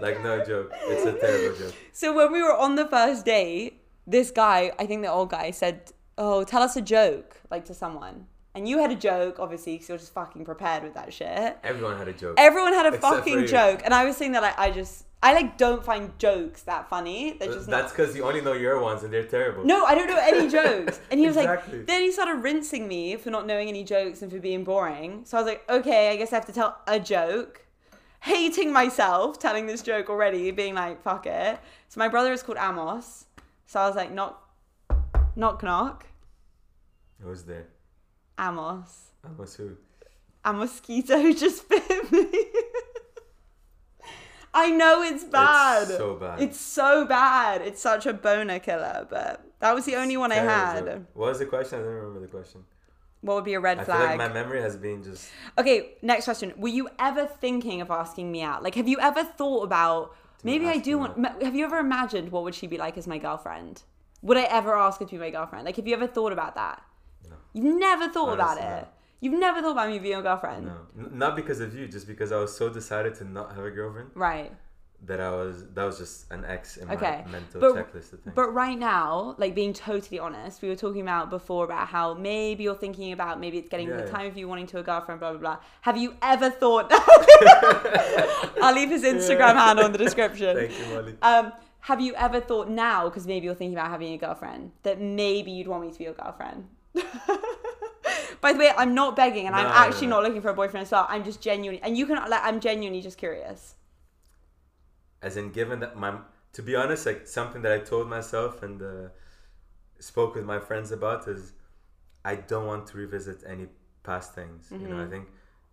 B: like no joke. It's a terrible joke.
A: So when we were on the first date, this guy, I think the old guy, said, "Oh, tell us a joke," like to someone. And you had a joke, obviously, because you're just fucking prepared with that shit.
B: Everyone had a joke.
A: Everyone had a
B: Except for
A: fucking
B: you.
A: joke, and I was saying that like I just, I like don't find jokes that funny. They're just
B: That's
A: not.
B: because you only know your ones and they're terrible.
A: No, I don't know any jokes. And he was
B: Exactly.
A: like, then he started rinsing me for not knowing any jokes and for being boring. So I was like, okay, I guess I have to tell a joke. Hating myself telling this joke already, being like, fuck it. So my brother is called Amos. So I was like, knock, knock, knock,
B: It was there.
A: Amos.
B: I was who?
A: A mosquito who just bit me. I know it's bad.
B: It's so bad.
A: It's so bad. It's such a boner killer, but that was the only one I
B: Terrible
A: had.
B: joke. What was the question? I don't remember the question.
A: What would be a red
B: I feel
A: flag?
B: like my memory has been just.
A: Okay, next question. Were you ever thinking of asking me out? Like, have you ever thought about maybe I
B: ask
A: do
B: me
A: want? ma- Have you ever imagined what would she be like as my girlfriend? Would I ever ask her to be my girlfriend? Like, have you ever thought about that?
B: No.
A: You've never thought about
B: Honestly,
A: it. You've never thought about me being your girlfriend,
B: No, N- not because of you, just because I was so decided to not have a girlfriend
A: right?
B: that I was that was just an X in
A: Okay,
B: my mental
A: but-
B: checklist of things.
A: But right now, like being totally honest, we were talking about before about how maybe you're thinking about maybe it's getting to
B: Yeah,
A: the
B: yeah.
A: time of you wanting to a girlfriend, blah blah blah. Have you ever thought? I'll leave his Instagram handle in the description.
B: Thank you, Molly.
A: Um, have you ever thought now, because maybe you're thinking about having a girlfriend, that maybe you'd want me to be your girlfriend? By the way, I'm not begging and I'm
B: No, no,
A: actually
B: no.
A: not looking for a boyfriend as well. I'm just genuinely, and you can, like, I'm genuinely just curious.
B: as in given that my to be honest like something that i told myself and uh, spoke with my friends about is i don't want to revisit any past things you know i think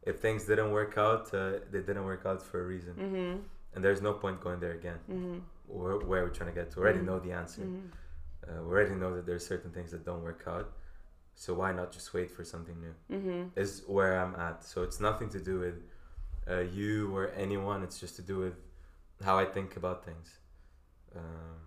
B: if things didn't work out uh, they didn't work out for a reason and there's no point going there again where, where we're trying to get to We already know the answer uh, we already know that there's certain things that don't work out so why not just wait for something new mm-hmm. is where i'm at so it's nothing to do with uh, you or anyone it's just to do with how I think about things. Um,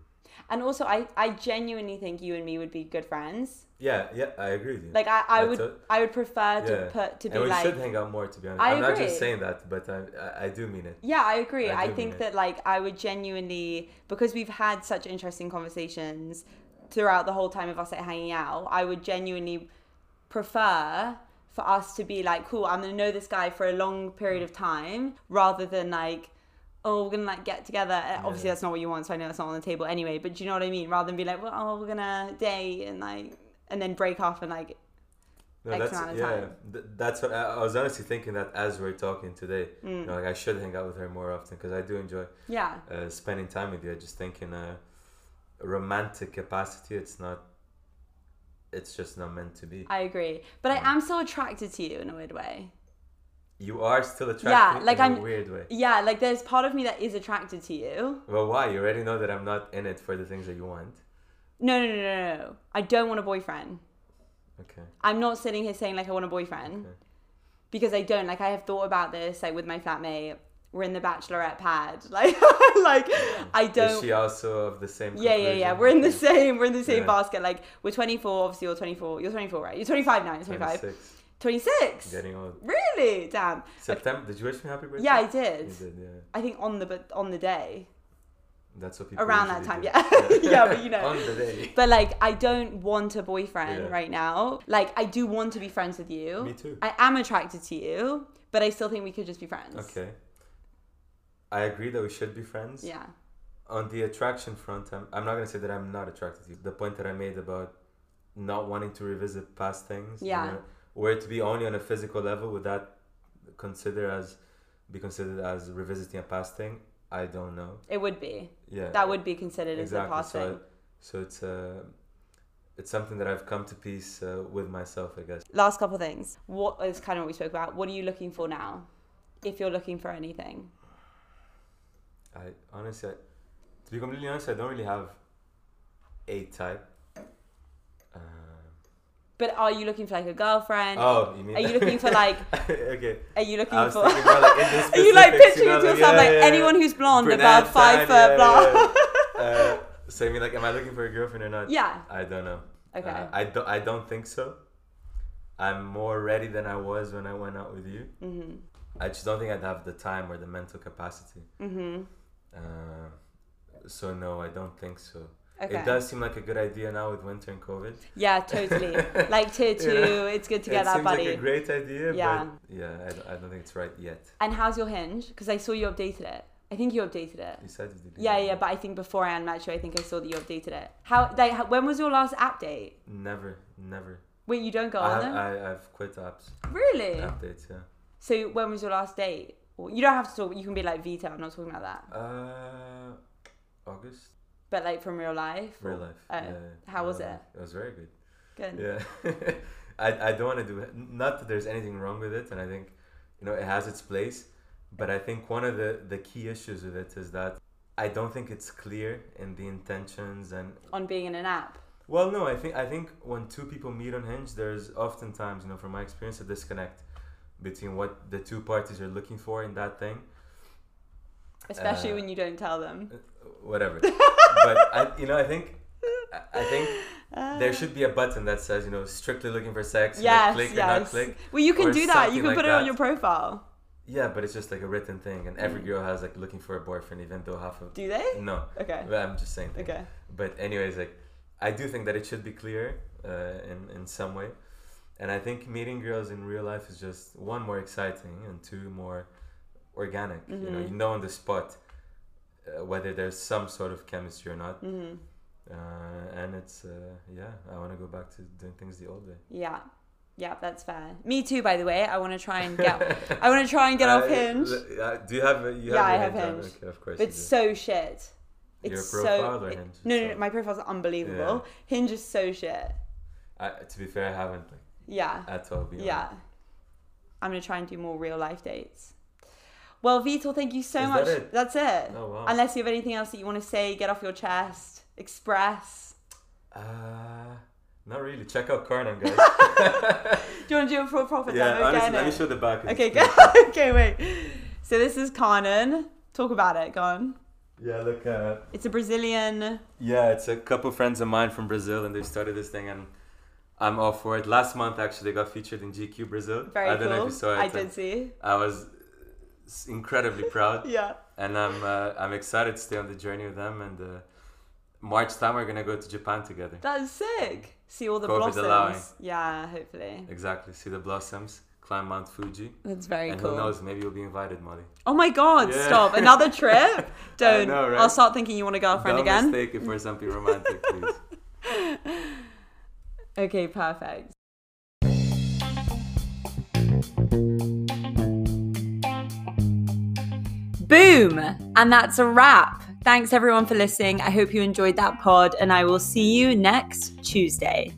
A: And also, I, I genuinely think you and me would be good friends.
B: yeah, yeah, I agree with you.
A: Like, I, I
B: That's
A: would,
B: a-
A: I would prefer to
B: yeah.
A: put, to be
B: and we
A: like,
B: should hang out more. To be honest,
A: I
B: am not
A: agree.
B: just saying that, but I, I, I do mean it.
A: Yeah, I agree.
B: I
A: I,
B: do
A: think
B: mean it.
A: that like I would genuinely because we've had such interesting conversations throughout the whole time of us like, hanging out. I would genuinely prefer for us to be like, cool, I'm gonna know this guy for a long period of time, rather than like, oh, we're gonna like get together. Uh, Obviously, that's not what you want, so I know that's not on the table anyway. But do you know what I mean? Rather than be like, well, oh, we're gonna date and like, and then break off and like,
B: No,
A: X
B: that's
A: amount of
B: yeah.
A: time.
B: Th- that's what I, I was honestly thinking that as we're talking today.
A: Mm.
B: You know, like I should hang out with her more often because I do enjoy
A: yeah,
B: uh, spending time with you. I just think in a romantic capacity, it's not. It's just not meant to be.
A: I agree. But I am still attracted to you in a weird way.
B: You are still attracted
A: like
B: in
A: I'm-
B: a weird way.
A: Yeah, like there's part of me that is attracted to you.
B: Well, why? You already know that I'm not in it for the things that you want.
A: No, no, no, no, no. I don't want a boyfriend.
B: Okay.
A: I'm not sitting here saying like I want a boyfriend
B: Okay.
A: because I don't. Like I have thought about this like with my flatmate. We're in the bachelorette pad. Like, like I
B: Is
A: don't.
B: she also of the same?
A: Yeah, yeah, yeah.
B: conclusion?
A: We're in the same. We're in the same
B: Yeah.
A: basket. Like we're 24. Obviously, you're 24. You're 24, right? You're 25 now. You're 25.
B: 26,
A: 26.
B: Getting old.
A: Really? Damn.
B: September. Did you wish me happy birthday?
A: Yeah, I did.
B: You did, yeah.
A: I think on the but on the day
B: That's what people
A: around that
B: usually
A: time.
B: do.
A: Yeah, yeah. But you know.
B: On the day.
A: But like, I don't want a boyfriend
B: Yeah.
A: right now. Like, I do want to be friends with you.
B: Me too.
A: I am attracted to you, but I still think we could just be friends.
B: Okay. I agree that we should be friends.
A: Yeah.
B: On the attraction front, I'm, I'm not gonna say that I'm not attracted to you. The point that I made about not wanting to revisit past things. you
A: Yeah.
B: know, were it to be only on a physical level, would that consider as be considered as revisiting a past thing? I don't know.
A: It would be.
B: Yeah.
A: That would be considered as a
B: exactly.
A: past
B: So,
A: thing.
B: so it's uh, it's something that I've come to peace uh, with myself, I guess.
A: Last couple things. What is kind of what we spoke about? What are you looking for now? If you're looking for anything.
B: I honestly, I, to be completely honest, I don't really have a type. Uh,
A: But are you looking for like a girlfriend?
B: oh, you mean?
A: Are you looking for like
B: okay.
A: are you looking
B: I was
A: for
B: thinking more like in the
A: Are you like
B: specifics,
A: picturing
B: you know,
A: to
B: like,
A: yourself
B: yeah,
A: like
B: yeah, yeah.
A: anyone who's blonde
B: Brunette,
A: about five
B: tan,
A: foot
B: yeah,
A: blah
B: yeah, yeah. Uh, so you mean like, am I looking for a girlfriend or not?
A: Yeah.
B: I don't know.
A: Okay.
B: Uh, I don't. I don't think so. I'm more ready than I was when I went out with you.
A: Mm-hmm.
B: I just don't think I'd have the time or the mental capacity.
A: Mm-hmm.
B: Uh, so no, I don't think so.
A: Okay.
B: It does seem like a good idea now with winter and COVID.
A: Yeah, totally. like tier two,
B: know,
A: it's good to
B: it
A: get that
B: seems
A: buddy.
B: like a great idea,
A: Yeah.
B: but yeah, I don't, I don't think it's right yet.
A: And how's your hinge? Because I saw you updated it. I think you updated it.
B: You said you did.
A: Yeah, yeah, but I think before I unmatched you, I think I saw that you updated it. How like how, when was your last update?
B: never, never.
A: Wait, you don't go
B: I
A: on
B: have,
A: them?
B: I, I've quit apps
A: really?
B: updates. Yeah.
A: So when was your last date? Or- You don't have to talk. You can be like Vita. I'm not talking about that.
B: Uh, August,
A: But like from real life.
B: real life.
A: Oh,
B: yeah,
A: how was
B: real
A: it?
B: life. It was very good.
A: Good.
B: Yeah. I, I don't want to do it. Not that there's anything wrong with it, and I think, you know, it has its place. But I think one of the, the key issues with it is that I don't think it's clear in the intentions and
A: On being in an app.
B: well, no, I think I think when two people meet on Hinge, there's oftentimes, you know, from my experience, a disconnect between what the two parties are looking for in that thing,
A: Especially
B: Uh,
A: when you don't tell them.
B: whatever. but I, you know, I think I- I think there should be a button that says, you know, strictly looking for sex, you know,
A: Uh, yes,
B: click or not
A: yes.
B: click.
A: well, you can
B: or
A: do that. You
B: something
A: can
B: like
A: put it on
B: that.
A: your profile.
B: Yeah, but it's just like a written thing, and
A: Mm.
B: every girl has like looking for a boyfriend, even though half of
A: Do they?
B: no.
A: Okay.
B: Well, I'm just saying. things.
A: Okay.
B: But anyways, like I do think that it should be clear uh, in in some way, and I think meeting girls in real life is just
A: Mm-hmm.
B: one more exciting and two more organic. You know, you know on the spot. uh, whether there's some sort of chemistry or not.
A: Mm-hmm.
B: Uh, and it's uh, yeah, I want to go back to doing things the old way.
A: Yeah. Yeah, that's fair. Me too, by the way. I want to try and get. I want to try and get off
B: Uh,
A: Hinge.
B: l- uh, do you have? a- You
A: Yeah, I
B: have
A: have
B: your Hinge on?
A: Hinge.
B: Okay, of course. you
A: It's
B: do.
A: so shit.
B: Your
A: It's
B: profile
A: so
B: or
A: it-
B: Hinge
A: no, no, no,
B: itself?
A: my profile's unbelievable. Hinge is so shit.
B: I, to be fair, I haven't like
A: Yeah,
B: at all. Beyond.
A: yeah. I'm gonna try and do more real life dates. Well, Vitor, thank you so
B: Is that
A: much.
B: it?
A: That's it.
B: Oh, wow.
A: Unless you have anything else that you want to say, get off your chest, express.
B: Uh, not really. Check out Carnam, guys.
A: Do you want to do it for a profit
B: yeah,
A: demo?
B: honestly,
A: Get
B: let me
A: it.
B: show the back.
A: Okay, go. okay, wait. So this is Conan. Talk about it. Go on.
B: Yeah, look. Uh,
A: It's a Brazilian.
B: yeah, it's a couple friends of mine from Brazil, and they started this thing, and I'm all for it. Last month, actually, they got featured in GQ Brazil.
A: Very
B: I don't
A: cool.
B: know if you saw it. um,
A: I did see.
B: I was uh, incredibly proud.
A: Yeah.
B: and I'm uh, I'm excited to stay on the journey with them. And uh, March time we're gonna go to Japan together.
A: That is sick. See all the
B: COVID
A: blossoms.
B: allowing.
A: Yeah, hopefully.
B: Exactly. See the blossoms, climb Mount Fuji,
A: That's very
B: and
A: cool.
B: who knows? Maybe you'll be invited, Molly.
A: Oh my god,
B: Yeah.
A: stop. Another trip? Don't.
B: know, right?
A: I'll start thinking you want a girlfriend
B: Don't
A: again.
B: mistake it for something romantic, please.
A: Okay, perfect.
C: Boom! And that's a wrap. Thanks everyone for listening. I hope you enjoyed that pod, and I will see you next Tuesday.